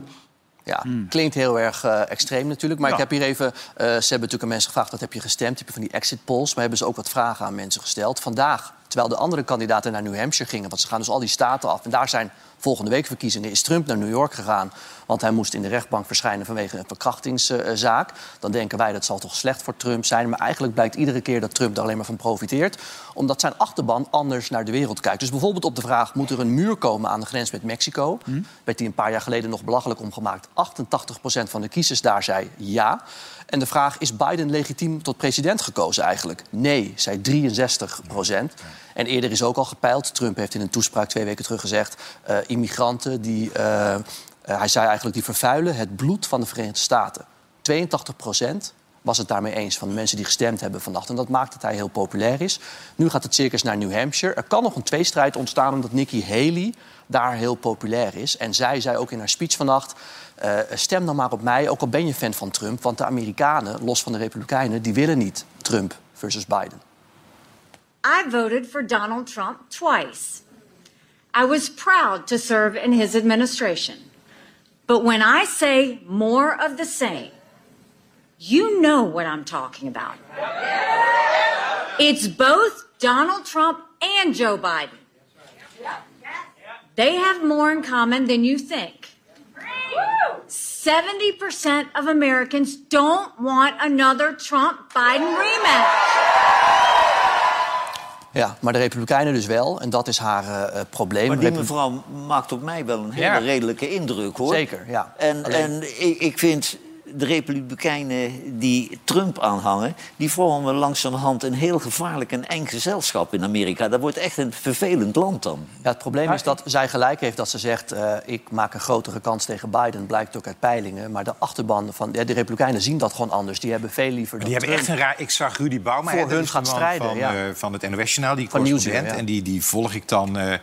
Ja, klinkt heel erg eh, extreem natuurlijk. Maar ik heb hier even... eh, ze hebben natuurlijk aan mensen gevraagd, wat heb je gestemd? Die Hebben van die exit polls. Maar hebben ze ook wat vragen aan mensen gesteld. Vandaag, terwijl de andere kandidaten naar New Hampshire gingen... want ze gaan dus al die staten af. En daar zijn volgende week verkiezingen. Is Trump naar New York gegaan. Want hij moest in de rechtbank verschijnen vanwege een verkrachtingszaak. Dan denken wij, dat zal toch slecht voor Trump zijn. Maar eigenlijk blijkt iedere keer dat Trump daar alleen maar van profiteert. Omdat zijn achterban anders naar de wereld kijkt. Dus bijvoorbeeld op de vraag, moet er een muur komen aan de grens met Mexico? Werd die een paar jaar geleden nog belachelijk omgemaakt. 88% van de kiezers daar zei ja. En de vraag, is Biden legitiem tot president gekozen eigenlijk? Nee, zei 63 procent. En eerder is ook al gepeild. Trump heeft in een toespraak twee weken terug gezegd... eh, immigranten die, eh, eh, hij zei eigenlijk, die vervuilen het bloed van de Verenigde Staten. 82 procent was het daarmee eens van de mensen die gestemd hebben vannacht. En dat maakt dat hij heel populair is. Nu gaat het circus naar New Hampshire. Er kan nog een tweestrijd ontstaan omdat Nikki Haley daar heel populair is. En zij zei ook in haar speech vannacht... eh, stem dan maar op mij, ook al ben je fan van Trump. Want de Amerikanen, los van de Republikeinen, die willen niet Trump versus Biden. I voted for Donald Trump twice. I was proud to serve in his administration. But when I say more of the same, you know what I'm talking about. It's both Donald Trump and Joe Biden. They have more in common than you think. 70% of Americans don't want another Trump Biden rematch. Ja, maar de Republikeinen dus wel. En dat is haar eh, eh, probleem. Maar die Repu- mevrouw maakt op mij wel een hele Ja. redelijke indruk, hoor. Zeker, ja. En, Alleen- en ik, ik vind de Republikeinen die Trump aanhangen... die vormen langzamerhand een heel gevaarlijk en eng gezelschap in Amerika. Dat wordt echt een vervelend land dan. Nou, Ja, het probleem is dat zij gelijk heeft dat ze zegt... eh, ik maak een grotere kans tegen Biden, blijkt ook uit peilingen. Maar de achterban van ja, de Republikeinen zien dat gewoon anders. Die hebben veel liever Die dat hebben echt een Trump- raar... Ik zag Rudy Bauma Voor hè, dat hun is gaat de man strijden, Van, ja. eh, van het NOS-journaal, die Van correspondent. Nieuwsuur, ja. En die, die volg ik dan eh, eh,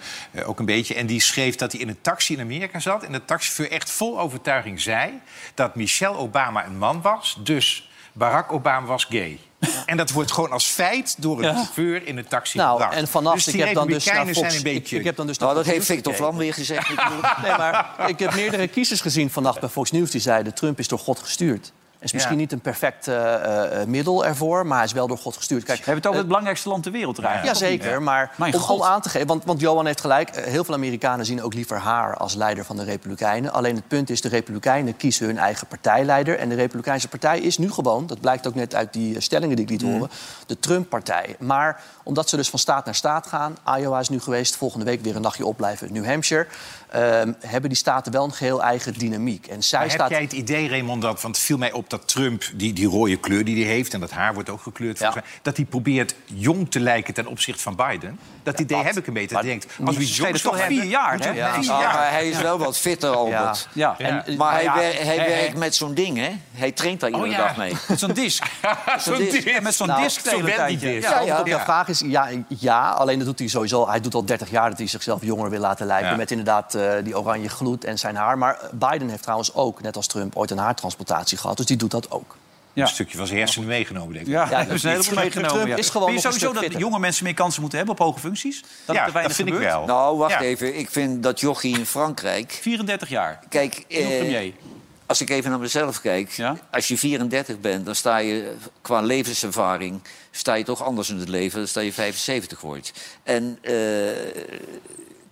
ook een beetje. En die schreef dat hij in een taxi in Amerika zat. En de taxichauffeur echt vol overtuiging zei... dat Michelle Obama een man was, dus Barack Obama was gay. En dat wordt gewoon als feit door een Ja. chauffeur in een taxi Nou, gebracht. en vanaf, dus ik die heb dan dus naar Republikeinen Fox... zijn een beetje... ik, ik heb dan dus Nou, naar dat Fox heeft News Victor gekeken. Vlam weer gezegd natuurlijk. Nee, maar ik heb meerdere kiezers gezien vannacht bij Fox News die zeiden... Trump is door God gestuurd. Is misschien Ja. niet een perfect eh, eh, middel ervoor, maar hij is wel door God gestuurd. Kijk, We hebben het over het belangrijkste land ter wereld eigenlijk. Ja, toch niet? zeker. Maar Mijn om, om God. aan te geven, want, want Johan heeft gelijk. eh, Heel veel Amerikanen zien ook liever haar als leider van de Republikeinen. Alleen het punt is, de Republikeinen kiezen hun eigen partijleider. En de Republikeinse partij is nu gewoon, dat blijkt ook net uit die eh, stellingen die ik liet Mm. horen... de Trump-partij. Maar omdat ze dus van staat naar staat gaan... Iowa is nu geweest, volgende week weer een nachtje opblijven in New Hampshire... ehm, hebben die staten wel een geheel eigen dynamiek. En zij Maar staat... Heb jij het idee, Raymond, dat, want het viel mij op dat Trump, die, die rode kleur die hij heeft, en dat haar wordt ook gekleurd, volgens mij, dat hij probeert jong te lijken ten opzichte van Biden? Dat idee heb ik een beetje. Dat hij denkt, als we iets jongs toch willen hebben, vier jaar, moeten we hè? vier Ah, jaar. maar hij is wel wat fitter, Albert. Ja. En- eh, Ja. maar hij, Ja. wer- Hey, hij werkt hey. met zo'n ding, hè? Hij traint daar iedere Oh dag ja, mee. met zo'n disc. Zo'n disc. En Met zo'n Nou, disc de zo'n hele tijd, ja. Ja, want De vraag is ja, ja, alleen dat doet hij sowieso. Hij doet al 30 jaar dat hij zichzelf jonger wil laten lijken. Ja. Met inderdaad eh, die oranje gloed en zijn haar. Maar eh, Biden heeft trouwens ook, net als Trump, ooit een haartransplantatie gehad. Dus die doet dat ook. Een stukje van zijn hersenen meegenomen, denk ik. Ja, Ja, dat is een heleboel Trump- meegenomen. Trump ja. is gewoon Vind nog je sowieso een stuk dat fitter. jonge mensen meer kansen moeten hebben op hoge functies? Dat het Ja, te weinig dat vind ik gebeurt? wel. Nou, wacht Ja. even. Ik vind dat jochie in Frankrijk... 34 jaar. Kijk, Nieuw eh, premier. als ik even naar mezelf kijk... als je 34 bent, dan sta je qua levenservaring... sta je toch anders in het leven dan dat je 75 wordt. En eh,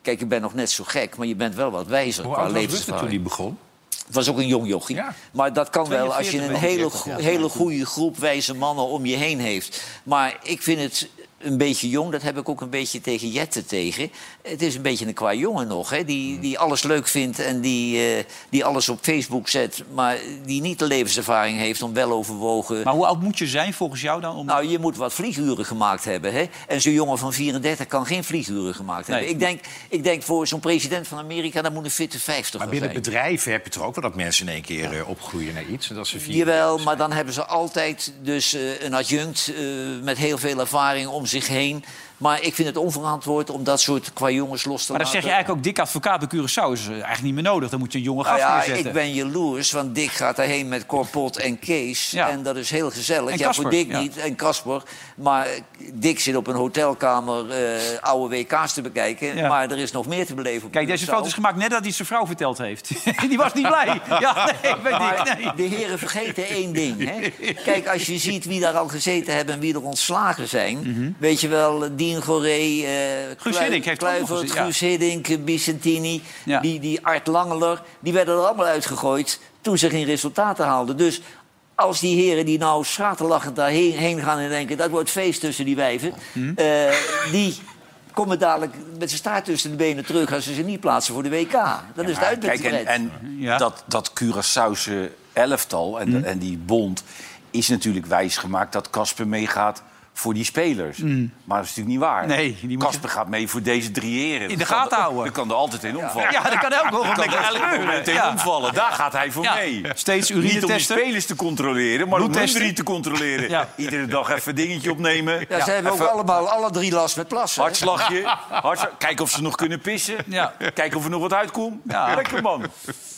kijk, ik ben nog net zo gek... maar je bent wel wat wijzer Hoe qua oud was Rutte toen levenservaring. hij begon? Het was ook een jong jochie. Maar dat kan wel als je 42 een ben je hele, veertig, go- ja. hele goede groep wijze mannen om je heen heeft. Maar ik vind het een beetje jong. Dat heb ik ook een beetje tegen Jette tegen. Het is een beetje een qua jongen nog. Hè? Die, die alles leuk vindt en die, eh, die alles op Facebook zet. Maar die niet de levenservaring heeft om wel overwogen... Maar hoe oud moet je zijn volgens jou dan? Om... Nou, je moet wat vlieguren gemaakt hebben. Hè? En zo'n jongen van 34 kan geen vlieguren gemaakt hebben. Nee. Ik, denk, ik denk voor zo'n president van Amerika, dan moet een fitte 50 Maar binnen bedrijven heb je toch ook wel dat mensen in één keer eh, opgroeien naar iets. En dat ze vier... Jawel, maar dan hebben ze altijd dus eh, een adjunct eh, met heel veel ervaring om zich heen. Maar ik vind het onverantwoord om dat soort qua jongens los te Maar dan laten. zeg je eigenlijk ook dik advocaat bij Curaçao is eh, eigenlijk niet meer nodig. Dan moet je een jonge gast Nou ja, neerzetten. ik ben jaloers, want Dick gaat daarheen met Corpot en Kees. En dat is heel gezellig. En ja, Casper, voor Dick ja. niet en Casper. Maar Dick zit op een hotelkamer eh, oude WK's te bekijken. Ja. Maar er is nog meer te beleven. op Kijk, deze Curaçao. foto is gemaakt net dat hij zijn vrouw verteld heeft. die was niet blij. Ja, nee, bij Dick, Maar nee. De heren vergeten één ding. Hè? Kijk, als je ziet wie daar al gezeten hebben en wie er ontslagen zijn. Weet je wel, Dien Goré, eh Mhm. Guus Klui- Hiddink heeft ook nog Kluivert, gezeten, ja. Guus Hiddink, eh, Vicentini, Ja. die, die Art Langeler. Die werden er allemaal uitgegooid toen ze geen resultaten haalden. Dus als die heren die nou schaterlachend daarheen heen gaan en denken... dat wordt feest tussen die wijven, Mhm. eh, die komen dadelijk met zijn staart tussen de benen terug... als ze ze niet plaatsen voor de WK. Dat is Maar het Kijk, uitbuitbeleid. en, en dat, dat Curaçaose elftal en, Mm. en die bond is natuurlijk wijsgemaakt dat Casper meegaat voor die spelers. Mm. Maar dat is natuurlijk niet waar. Nee, die moet je- Casper gaat mee voor deze drie heren. In de Dat kan gaten er- houden. Dat kan er altijd in omvallen. Ja, dat kan elk Dat moment kan er elk moment in Ja. omvallen. Daar gaat hij voor Ja. mee. Steeds urine Niet om die testen. spelers te controleren, maar om Bloedtesten. hun drie te controleren. Ja. Iedere dag even een dingetje opnemen. Ja, ze hebben ook Even allemaal alle drie last met plassen. hè? Hartslagje. hartslag- Kijken of ze nog kunnen pissen. Ja. Kijken of er nog wat uitkomt. Ja. Lekker man.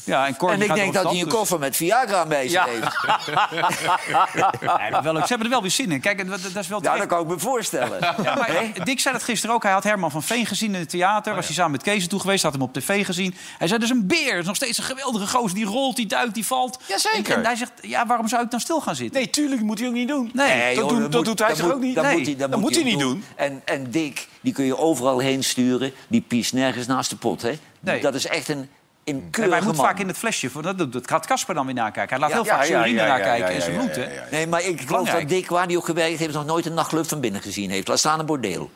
Ja, en, Cor, En die ik gaat denk door dus- dat hij het een land, koffer met Viagra bij Ja. zich heeft. dus- Nee, maar wel leuk. Ze hebben er wel weer zin in. Kijk, en dat, dat is wel Ja, terecht. Nou, dat kan ik me voorstellen. Ja, maar Hè? Dick zei dat gisteren ook. Hij had Herman van Veen gezien in het theater. was hij samen met Kees toe geweest. Had hem op tv gezien. Hij zei, dat is een beer. Dat is nog steeds een geweldige gozer. Die rolt, die duikt, die valt. Jazeker. En, en hij zegt, ja, waarom zou ik dan stil gaan zitten? Nee, tuurlijk moet hij ook niet doen. Nee, dat Nee, joh, doen- dat moet- doet hij toch moet- ook niet? Dat Nee, moet hij, dat moet hij niet doen. En, en Dick, die kun je overal heen sturen. Die piest nergens naast de pot. Hè? Nee. Dat is echt een in En wij keurige moeten man. vaak in het flesje. voor- Dat, dat gaat Casper dan weer nakijken. Hij laat heel vaak zijn urine nakijken en zijn bloed. hè? Nee, maar ik geloof Belangrijk. dat Dick, waar hij ook gewerkt heeft... nog nooit een nachtclub van binnen gezien heeft. Laat staan een bordeel.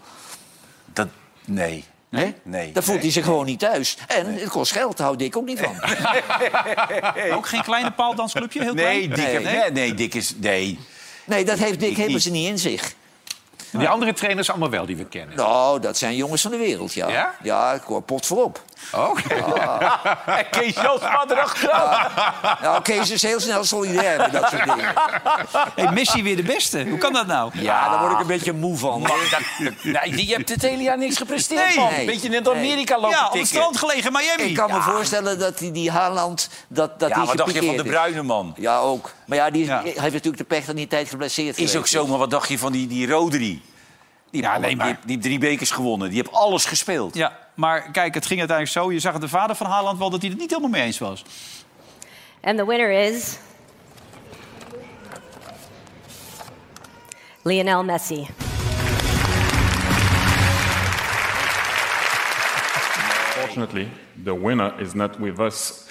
Dat, nee. Nee? Nee. Daar voelt Nee. hij zich gewoon niet thuis. En het kost geld, daar houdt Dick ook niet van. Ook geen kleine paaldansclubje? Heel klein? Nee, Dick, nee. Nee, Dick is... Nee. Nee, dat heeft Dick Ik helemaal niet. ze niet in zich. Die andere trainers allemaal wel die we kennen. Nou, dat zijn jongens van de wereld, ja. Ja? Ja, ik hoor pot voorop. Oké. En Kees Jansma erachteraan. Nou, Kees is heel snel solidair met dat soort dingen. Hey, Messi weer de beste. Hoe kan dat nou? Ja, daar word ik een beetje moe van. Maar dat- nee, je hebt het hele jaar niks gepresteerd, Nee. man. Nee. Beetje net Amerika Ja, lopen op het tikken. strand gelegen, Miami. Ik kan Ja. me voorstellen dat die, die Haaland... Dat, dat Ja, die wat dacht je van gepikeerd de is. bruine man? Ja, ook. Maar ja, die, hij heeft natuurlijk de pech dat hij een tijd geblesseerd Is ook geweest zo, maar wat dacht je van die, die Rodri? Die, Ja, heeft nee, alle- maar- die, die drie bekers gewonnen. Die heeft alles gespeeld. Ja, maar kijk, het ging uiteindelijk zo. Je zag het de vader van Haaland wel dat hij het niet helemaal mee eens was. And the winner is Lionel Messi. Unfortunately, the winner is not with us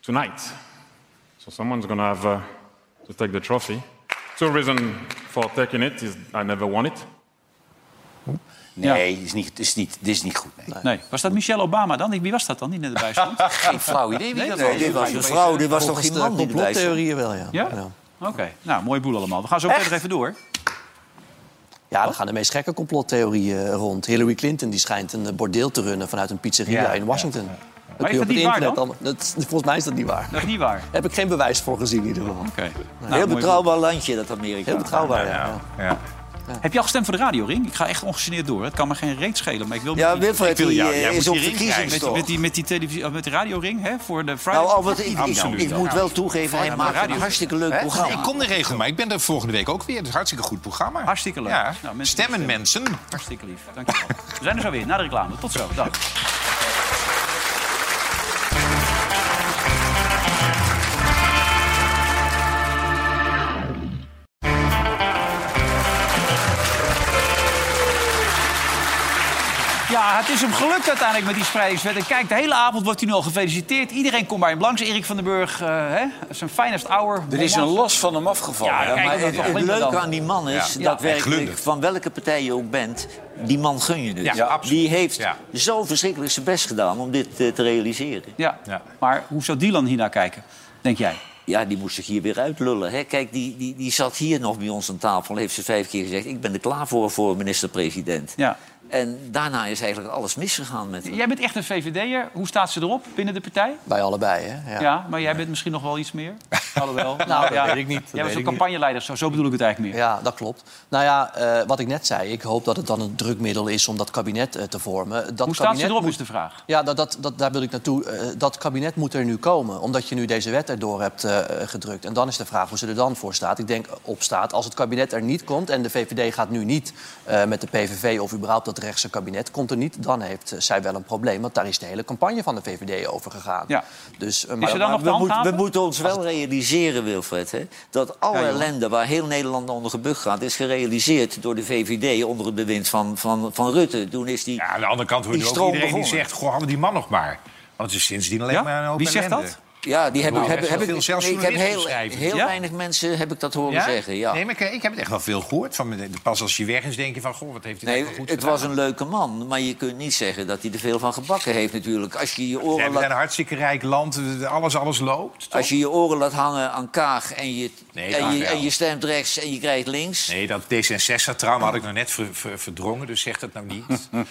tonight. So someone's going to have uh, to take the trophy. Two reasons for taking it is I never won it. Nee, is niet, is niet, dit is niet goed. Nee. Nee. Was dat Michelle Obama dan? Ik- Wie was dat dan die net erbij stond? Geen flauw idee wie dat was. dit was een vrouw, dit was toch Volgens geen de man die erbij zat? complottheorieën wel, ja. Ja? Oké. Nou, mooie boel allemaal. We gaan zo meteen nog even door. Ja, er gaan de meest gekke complottheorieën eh, rond. Hillary Clinton die schijnt een eh, bordeel te runnen vanuit een pizzeria Ja, in Washington. Maar is dat niet waar dan? allemaal- dat, volgens mij is dat niet waar. Dat is niet waar. Heb ik geen bewijs voor gezien in ieder geval. Nou, Heel mooi betrouwbaar landje, dat Amerika. Heel betrouwbaar, ja. Heb je al gestemd voor de radioring? Ik ga echt ongegeneerd door. Het kan me geen reet schelen, maar ik wil... Ja, met die- Wilfred, ik wil die, jou. eh, Jij is moet die op ring krijgen. verkiezingsdag. Met, met, die, met, die televisie, eh, met de radioring, hè, voor de Friday... Nou, Albert, ik, ik, ik, ik moet wel toegeven, hij maakt een hartstikke leuk Hè? programma. Ik kom er regel, maar ik ben er volgende week ook weer. Het is een hartstikke goed programma. Hartstikke leuk. Ja. Nou, mensen Stemmen mensen. Hartstikke lief. Dankjewel. We zijn er zo weer, na de reclame. Tot zo. Dag. Ja, het is hem gelukt uiteindelijk met die spreidingswet. En kijk, de hele avond wordt hij nu al gefeliciteerd. Iedereen komt bij hem langs. Erik van den Burg, eh, hè? zijn finest hour. Er is een last van hem afgevallen. Ja, hè, kijk, maar dat het- toch het Het Glinder leuke dan. aan die man is Ja. Ja, dat en werkelijk, Glunder. van welke partij je ook bent, die man gun je Ja, het. Ja, die heeft zo verschrikkelijk zijn best gedaan om dit eh, te realiseren. Ja. maar hoe zou Dylan hiernaar kijken, denk jij? Ja, die moest zich hier weer uitlullen. Hè? Kijk, die, die, die zat hier nog bij ons aan tafel en heeft ze vijf keer gezegd... ik ben er klaar voor, voor minister-president. Ja. En daarna is eigenlijk alles misgegaan met hem. Jij bent echt een VVD'er. Hoe staat ze erop binnen de partij? Wij allebei, hè? Ja. maar jij bent misschien nog wel iets meer. Alhoewel. Nou, dat weet ik niet. Dat Jij was weet een ik niet. campagneleider, zo, zo bedoel ik het eigenlijk meer. Ja, dat klopt. Nou ja, eh, wat ik net zei, ik hoop dat het dan een drukmiddel is om dat kabinet eh, te vormen. Dat Hoe staat kabinet ze erop, moet- is de vraag. Ja, dat, dat, dat, daar wil ik naartoe. Eh, dat kabinet moet er nu komen, omdat je nu deze wet erdoor hebt eh, gedrukt. En dan is de vraag hoe ze er dan voor staat. Ik denk op staat, als het kabinet er niet komt... en de VVD gaat nu niet eh, met de PVV of überhaupt dat rechtse kabinet... komt er niet, dan heeft eh, zij wel een probleem. Want daar is de hele campagne van de VVD over gegaan. Ja. Dus, eh, Maar- maar- maar maar we, moeten- we moeten ons wel realiseren, Wilfred, hè, dat alle Ja, joh. ellende waar heel Nederland onder gebukt gaat, is gerealiseerd door de VVD onder het bewind van, van, van Rutte. Toen is die. Aan de andere kant hoor je Die ook stroom iedereen die begonnen. zegt... goh, hadden die man nog maar. Want het is sindsdien alleen Ja? maar een hoop Wie zegt ellende. dat? Ja, die hebben, Nou, hebben, best wel heb veel, ik, zelfs nee, ik heb journalisten heel, schrijven. heel Ja? weinig mensen heb ik dat horen Ja? zeggen. Ja. Nee, maar ik, ik heb het echt wel veel gehoord. Van, de- pas als je weg is, denk je van... goh, wat heeft hij Nee, nou goed het was een leuke man, maar je kunt niet zeggen dat hij er veel van gebakken heeft natuurlijk. Als je je We oren zijn een laat, hartstikke rijk land, eh, alles, alles loopt. als je je oren laat hangen aan Kaag en je, Nee, en Kaag je, wel. en je stemt rechts en je krijgt links. Nee, dat D66-trauma had ik nog net ver- ver- verdrongen, dus zeg dat nou niet. Nou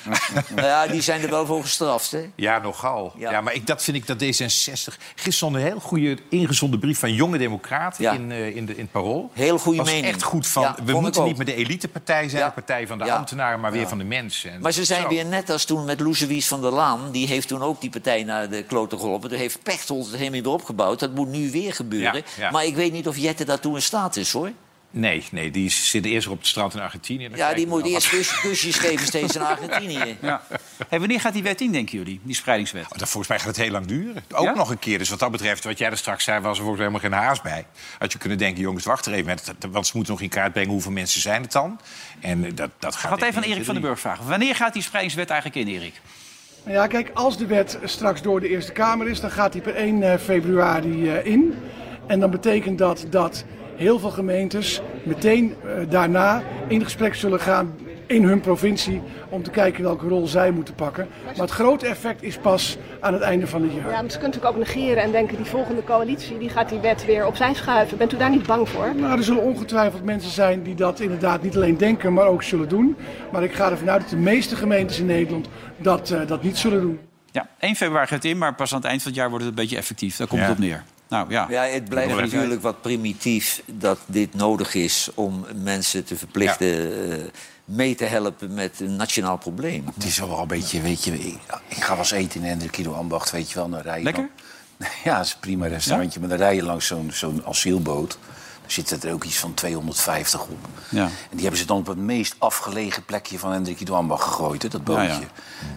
ja, die zijn er wel voor gestraft, hè? Ja, nogal. Ja, maar ik, dat vind ik dat D66... Gisteren stond een heel goede ingezonden brief van jonge democraten Ja. in, eh, in, de, in het Parool. Heel goede was mening. echt goed van... Ja, we vond moeten ik niet ook. meer de elitepartij zijn, de partij van de Ja. ambtenaren... maar weer van de mensen. En Maar ze zijn zo. weer net als toen met Loesewies van der Laan. Die heeft toen ook die partij naar de klote geholpen. Toen heeft Pechtold het helemaal weer opgebouwd. Dat moet nu weer gebeuren. Ja, ja. Maar ik weet niet of Jette daartoe in staat is, hoor. Nee, nee, die zitten eerst op het strand in Argentinië. en dan Ja, die kijken we moet wel eerst wat- kus- kusjes geven steeds in Argentinië. Ja. Hey, wanneer gaat die wet in, denken jullie? Die spreidingswet? Dat, volgens mij gaat het heel lang duren. Ook Ja? nog een keer. Dus wat dat betreft, wat jij er straks zei, was er volgens mij helemaal geen haast bij. Had je kunnen denken, jongens, wacht er even. met, Want ze moeten nog in kaart brengen hoeveel mensen zijn het dan. En eh, dat, dat Ik gaat ga het even echt aan Erik niet van den drie. Burg vragen. Wanneer gaat die spreidingswet eigenlijk in, Erik? Nou ja, kijk, als de wet straks door de Eerste Kamer is, dan gaat die per 1 eh, februari eh, in. En dan betekent dat dat heel veel gemeentes meteen eh, daarna in gesprek zullen gaan in hun provincie om te kijken welke rol zij moeten pakken. Maar het grote effect is pas aan het einde van het jaar. Ja, maar ze kunt natuurlijk ook negeren en denken die volgende coalitie die gaat die wet weer opzij schuiven. Bent u daar niet bang voor? Nou, er zullen ongetwijfeld mensen zijn die dat inderdaad niet alleen denken, maar ook zullen doen. Maar ik ga ervan uit dat de meeste gemeentes in Nederland dat, eh, dat niet zullen doen. Ja, 1 februari gaat het in, maar pas aan het eind van het jaar wordt het een beetje effectief. Daar komt Ja. het op neer. Nou ja. Ja, het blijft Nog even. natuurlijk wat primitief dat dit nodig is om mensen te verplichten eh, mee te helpen met een nationaal probleem. Het is wel een beetje, weet je, ik, ik ga wel eens eten in Hendrik Ido Ambacht, weet je wel, dan rij je Lekker? dan- ja, het is een prima restaurantje, maar dan rij je langs zo'n zo'n asielboot. Dan zitten er ook iets van 250 op. Ja. En die hebben ze dan op het meest afgelegen plekje van Hendrik Ido Ambacht gegooid, hè, dat Ja, bootje. ja.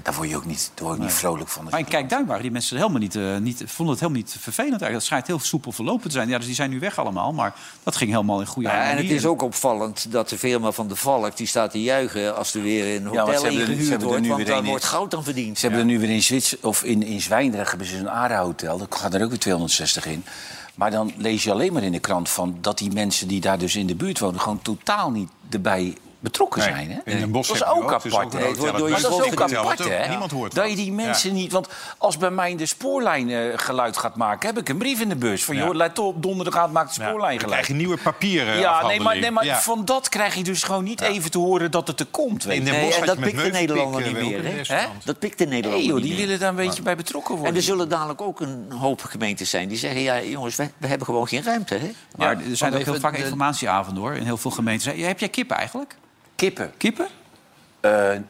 Daar word je ook niet, daar word je niet Nee. vrolijk van. Maar in Kijkduin waren die mensen helemaal niet, eh, niet, vonden het helemaal niet vervelend eigenlijk. Dat schijnt heel soepel verlopen te zijn. Ja, dus die zijn nu weg allemaal, maar dat ging helemaal in goede Ja, en harmonie. het is ook opvallend dat de firma van de Valk die staat te juichen als er weer een hotel ingehuurd wordt, want daar wordt goud aan verdiend. Ze hebben er nu weer in Zwitser of in, in Zwijndrecht hebben ze een ARA-hotel. Daar gaat er ook weer 260 in. Maar dan lees je alleen maar in de krant van dat die mensen die daar dus in de buurt wonen gewoon totaal niet erbij betrokken Nee, zijn. Hè? in Den Bosch dat is heb je ook ook, dus ook apart. een hè? hotel. Maar Door je dat is hoofd ook verteld, apart, ook hè? niemand hoort Dat je die mensen niet... Want als bij mij de spoorlijn eh, geluid gaat maken... heb ik een brief in de bus van... Ja. joh, let op, donderdag maakt de spoorlijn Dan geluid. krijg je nieuwe papieren Ja, nee, afhandeling. maar, nee, maar Ja. van dat krijg je dus gewoon niet even te horen dat het er komt. Weet Nee, je. en dat pikt de Nederlander niet meer. eh, hè? Hè? Dat pikt de Nederlander Nee, joh, niet die meer. willen daar een beetje bij betrokken worden. En er zullen dadelijk ook een hoop gemeentes zijn die zeggen... ja, jongens, we, we hebben gewoon geen ruimte, hè? Maar er zijn Om ook heel even vaak de- informatieavonden hoor, in heel veel gemeenten. Heb jij kippen eigenlijk? Kippen? Kippen?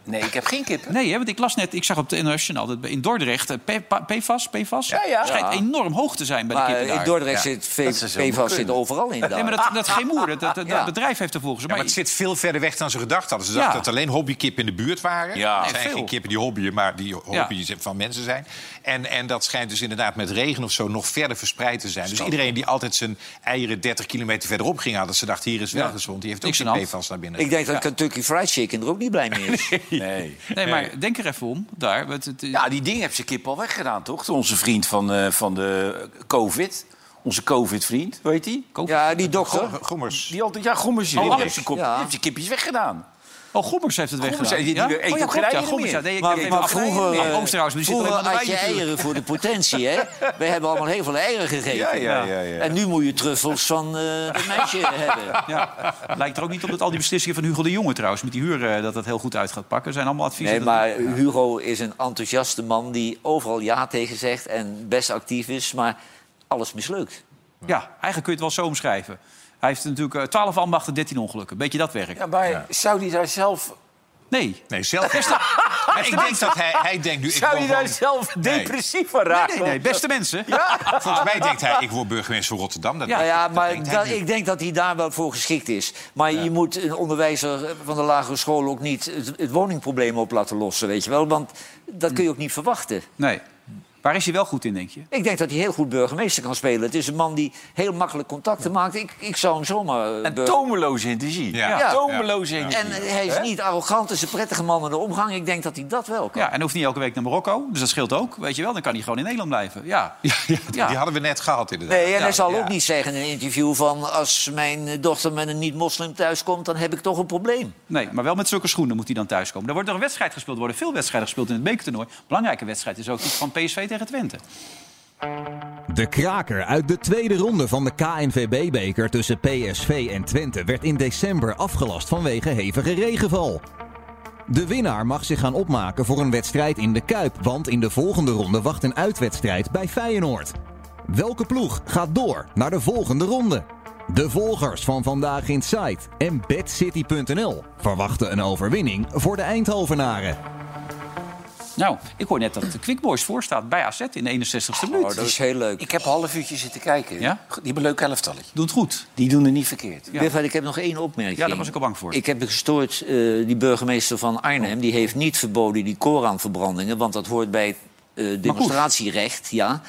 nee, ik heb geen kippen. Nee, hè, want ik las net, ik zag op de International dat bij- in Dordrecht eh, P- pa- PFAS, PFAS Ja, ja. schijnt Ja. enorm hoog te zijn bij Maar eh, de kippen. in daar. Dordrecht zit V- Dat is zo PFAS zit kunnen. overal in daar. Nee, maar dat, dat geen moer, dat, dat, dat Ja. bedrijf heeft er volgens Ja, mij. maar het zit veel verder weg dan ze gedacht hadden. Ze dachten Ja. dat alleen hobbykippen in de buurt waren. Ja. er zijn Nee, veel. geen kippen die hobbyen, maar die hobby's van mensen zijn. En, en dat schijnt dus inderdaad met regen of zo nog verder verspreid te zijn. Dus Zo. iedereen die altijd zijn eieren 30 kilometer verderop ging halen... dat ze dachten, hier is wel Ja. gezond, die heeft ook Niks zijn aan de hand. PFAS naar binnen. Ik denk dat Ja. Kentucky Fried Chicken er ook niet blij mee is. Nee. Nee, maar denk er even om. Daar, want het, eh, Ja, die ding heeft zijn kip al weggedaan, toch? Onze vriend van, eh, van de COVID. Onze COVID-vriend, weet die? Ja, die dokter. Gommers. Die altijd, ja, Gommers. Oh, Die Alex. heeft zijn kop- Ja. die heeft zijn kipjes weggedaan. Oh, Gommers heeft het Gommers weggedaan. heeft- die- die- eet oh, ja, ook klopt, geen ja, eieren Gommers. Ja, meer. nee, ik Maar, heb maar even vroeger, afgeleid. eh, Oost trouwens, maar die zit vroeger alleen maar had je erbij eieren natuurlijk. voor de potentie, hè? We hebben allemaal heel veel eieren gegeten. Ja, ja, ja, ja. En nu moet je truffels van eh het meisje hebben. Ja. Lijkt er ook niet op dat al die beslissingen van Hugo de Jonge trouwens... met die huur, eh, dat dat heel goed uit gaat pakken. Er zijn allemaal adviezen. Nee, dat- maar Hugo is een enthousiaste man die overal ja tegen zegt en best actief is, maar alles mislukt. Ja, eigenlijk kun je het wel zo omschrijven. Hij heeft natuurlijk eh, 12 ambachten, 13 ongelukken. Beetje dat werk. Ja, maar zou die daar zelf... Nee. Nee, zelf is dat... Maar ik denk dat hij, hij denkt nu... Ik Zou word die daar gewoon- zelf Nee. depressief van raken? Nee, nee, beste mensen. Volgens mij denkt hij, ik word burgemeester van Rotterdam. Dat Ja, ja maar denkt hij dat- nu. ik denk dat hij daar wel voor geschikt is. Maar je moet een onderwijzer van de lagere school ook niet het, het woningprobleem op laten lossen, weet je wel? Want dat kun je ook niet verwachten. Nee. Waar is hij wel goed in, denk je? Ik denk dat hij heel goed burgemeester kan spelen. Het is een man die heel makkelijk contacten maakt. Ik, ik zou hem zomaar... eh, En bur- tomeloze energie. Ja. Tomeloze energie. En hij is Hè? niet arrogant, is een prettige man in de omgang. Ik denk dat hij dat wel kan. Ja, en hoeft niet elke week naar Marokko. Dus dat scheelt ook, weet je wel. Dan kan hij gewoon in Nederland blijven. Ja. Die hadden we net gehad, inderdaad. Nee, en hij Ja, zal ja. ook niet zeggen in een interview van... als mijn eh, dochter met een niet-moslim thuiskomt, dan heb ik toch een probleem. Nee, maar wel met zulke schoenen moet hij dan thuiskomen. Er wordt nog een wedstrijd gespeeld. Er worden veel wedstrijden gespeeld in het bekertoernooi. Belangrijke wedstrijd is ook die van PSV tegen Twente. De kraker uit de tweede ronde van de KNVB-beker tussen PSV en Twente werd in december afgelast vanwege hevige regenval. De winnaar mag zich gaan opmaken voor een wedstrijd in de Kuip, want in de volgende ronde wacht een uitwedstrijd bij Feyenoord. Welke ploeg gaat door naar de volgende ronde? De volgers van Vandaag in Sight en BadCity.nl verwachten een overwinning voor de Eindhovenaren. Nou, ik hoor net dat de Quick Boys voorstaat bij AZ in de 61ste Oh, minuut. dat is heel leuk. Ik heb een half uurtje zitten kijken. Ja? Die hebben een leuk elftalletje. Doet goed. Die doen het niet verkeerd. Ja. Wilfred, ik heb nog één opmerking. Ja, daar was ik al bang voor. Ik heb me gestoord, eh, die burgemeester van Arnhem... die heeft niet verboden die Koranverbrandingen... want dat hoort bij het eh, demonstratierecht, ja.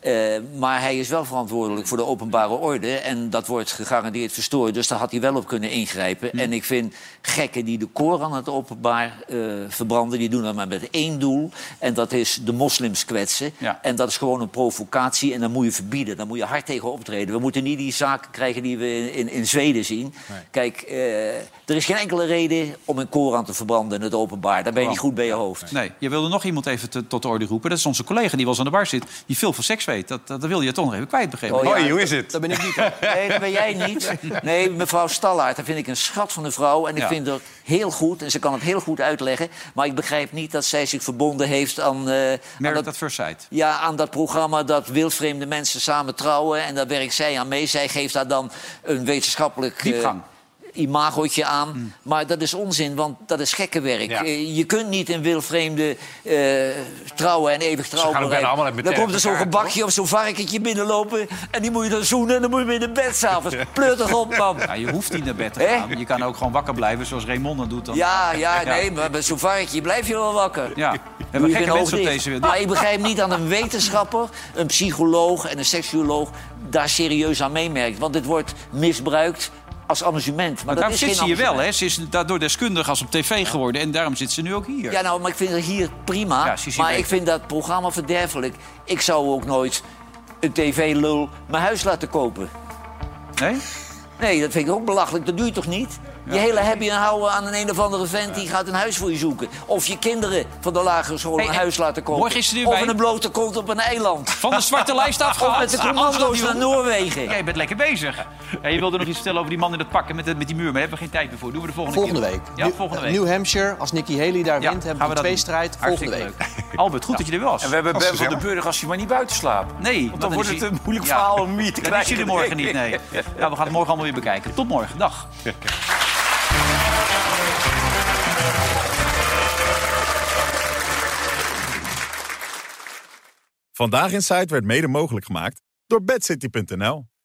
Eh, maar hij is wel verantwoordelijk voor de openbare orde. En dat wordt gegarandeerd verstoord. Dus daar had hij wel op kunnen ingrijpen. En ik vind gekken die de Koran het openbaar eh, verbranden... die doen dat maar met één doel. En dat is de moslims kwetsen. En dat is gewoon een provocatie. En dat moet je verbieden. Daar moet je hard tegen optreden. We moeten niet die zaken krijgen die we in, in, in Zweden zien. Kijk, eh, er is geen enkele reden om een Koran te verbranden in het openbaar. Daar ben je niet goed bij je hoofd. Nee, je wilde nog iemand even te- tot de orde roepen. Dat is onze collega die wel eens aan de bar zit, die veel van seks weet. Dat, dat, dat wil je toch nog even kwijt, begrepen. Oh, ja, is het? Dat ben ik niet. hoor. Nee, dat ben jij niet. Nee, mevrouw Stallaert, dat vind ik een schat van een vrouw. En ik Ja. vind haar heel goed. En ze kan het heel goed uitleggen. Maar ik begrijp niet dat zij zich verbonden heeft aan... eh, aan dat, First Sight. ja, aan dat programma dat wildvreemde mensen samen trouwen. En daar werkt zij aan mee. Zij geeft daar dan een wetenschappelijk... eh, Diepgang. imagootje aan. Maar dat is onzin, want dat is gekkenwerk. Ja. Eh, Je kunt niet een wildvreemde eh, trouwen en eeuwig trouwen. gaan ook bijna bereiken. allemaal uit met dan komt er elkaar, zo'n toch? gebakje of zo'n varkentje binnenlopen... en die moet je dan zoenen en dan moet je weer naar bed s'avonds. Pleur toch op, man. Ja, je hoeft niet naar bed te gaan. Je kan ook gewoon wakker blijven, zoals Raymond dat doet. Dan. Ja, ja, nee, maar bij zo'n varkentje blijf je wel wakker. Ja. We hebben Doe je gekke geen mensen op oog dicht. deze wereld. Maar ik begrijp niet aan een wetenschapper, een psycholoog en een seksuoloog... daar serieus aan meemerkt. Want dit wordt misbruikt als amusement. Maar, Maar dat daarom is zit geen ze hier wel, amusement. hè? Ze is daardoor deskundig als op tv geworden. En daarom zit ze nu ook hier. Ja, nou, maar ik vind het hier prima. Sissi maar weet ik vind dat programma verderfelijk. Ik zou ook nooit een tv-lul mijn huis laten kopen. Nee? Nee, dat vind ik ook belachelijk. Dat doe je toch niet? Je hele hebben en houden aan een, een of andere vent die gaat een huis voor je zoeken. Of je kinderen van de lagere school Hey, een en huis laten kopen. morgen is er nu of bij- een blote kont op een eiland. Van de zwarte lijst afgehaald. Of met de commando's naar Noorwegen. Jij bent lekker bezig. Ja, je wilde nog iets vertellen over die man in het pakken met, het- met die muur. Maar daar hebben we geen tijd meer voor. Doen we de volgende, Volgende keer. week. Ja, New- volgende eh, week. New Hampshire, als Nikki Haley daar Ja, wint, gaan we hebben we een dat doen. tweestrijd volgende Hartstikke week. leuk. Albert, goed dat je er was. En we hebben Dat is Ben van den gezellig. Burg als hij maar niet buiten slaapt. Nee, want Want dan dan wordt is het hij- een moeilijk Ja. verhaal om hier te Dan krijgen. is jullie morgen niet, nee. Nou, we gaan het morgen allemaal weer bekijken. Tot morgen, dag. Vandaag in Site werd mede mogelijk gemaakt door bedcity.nl.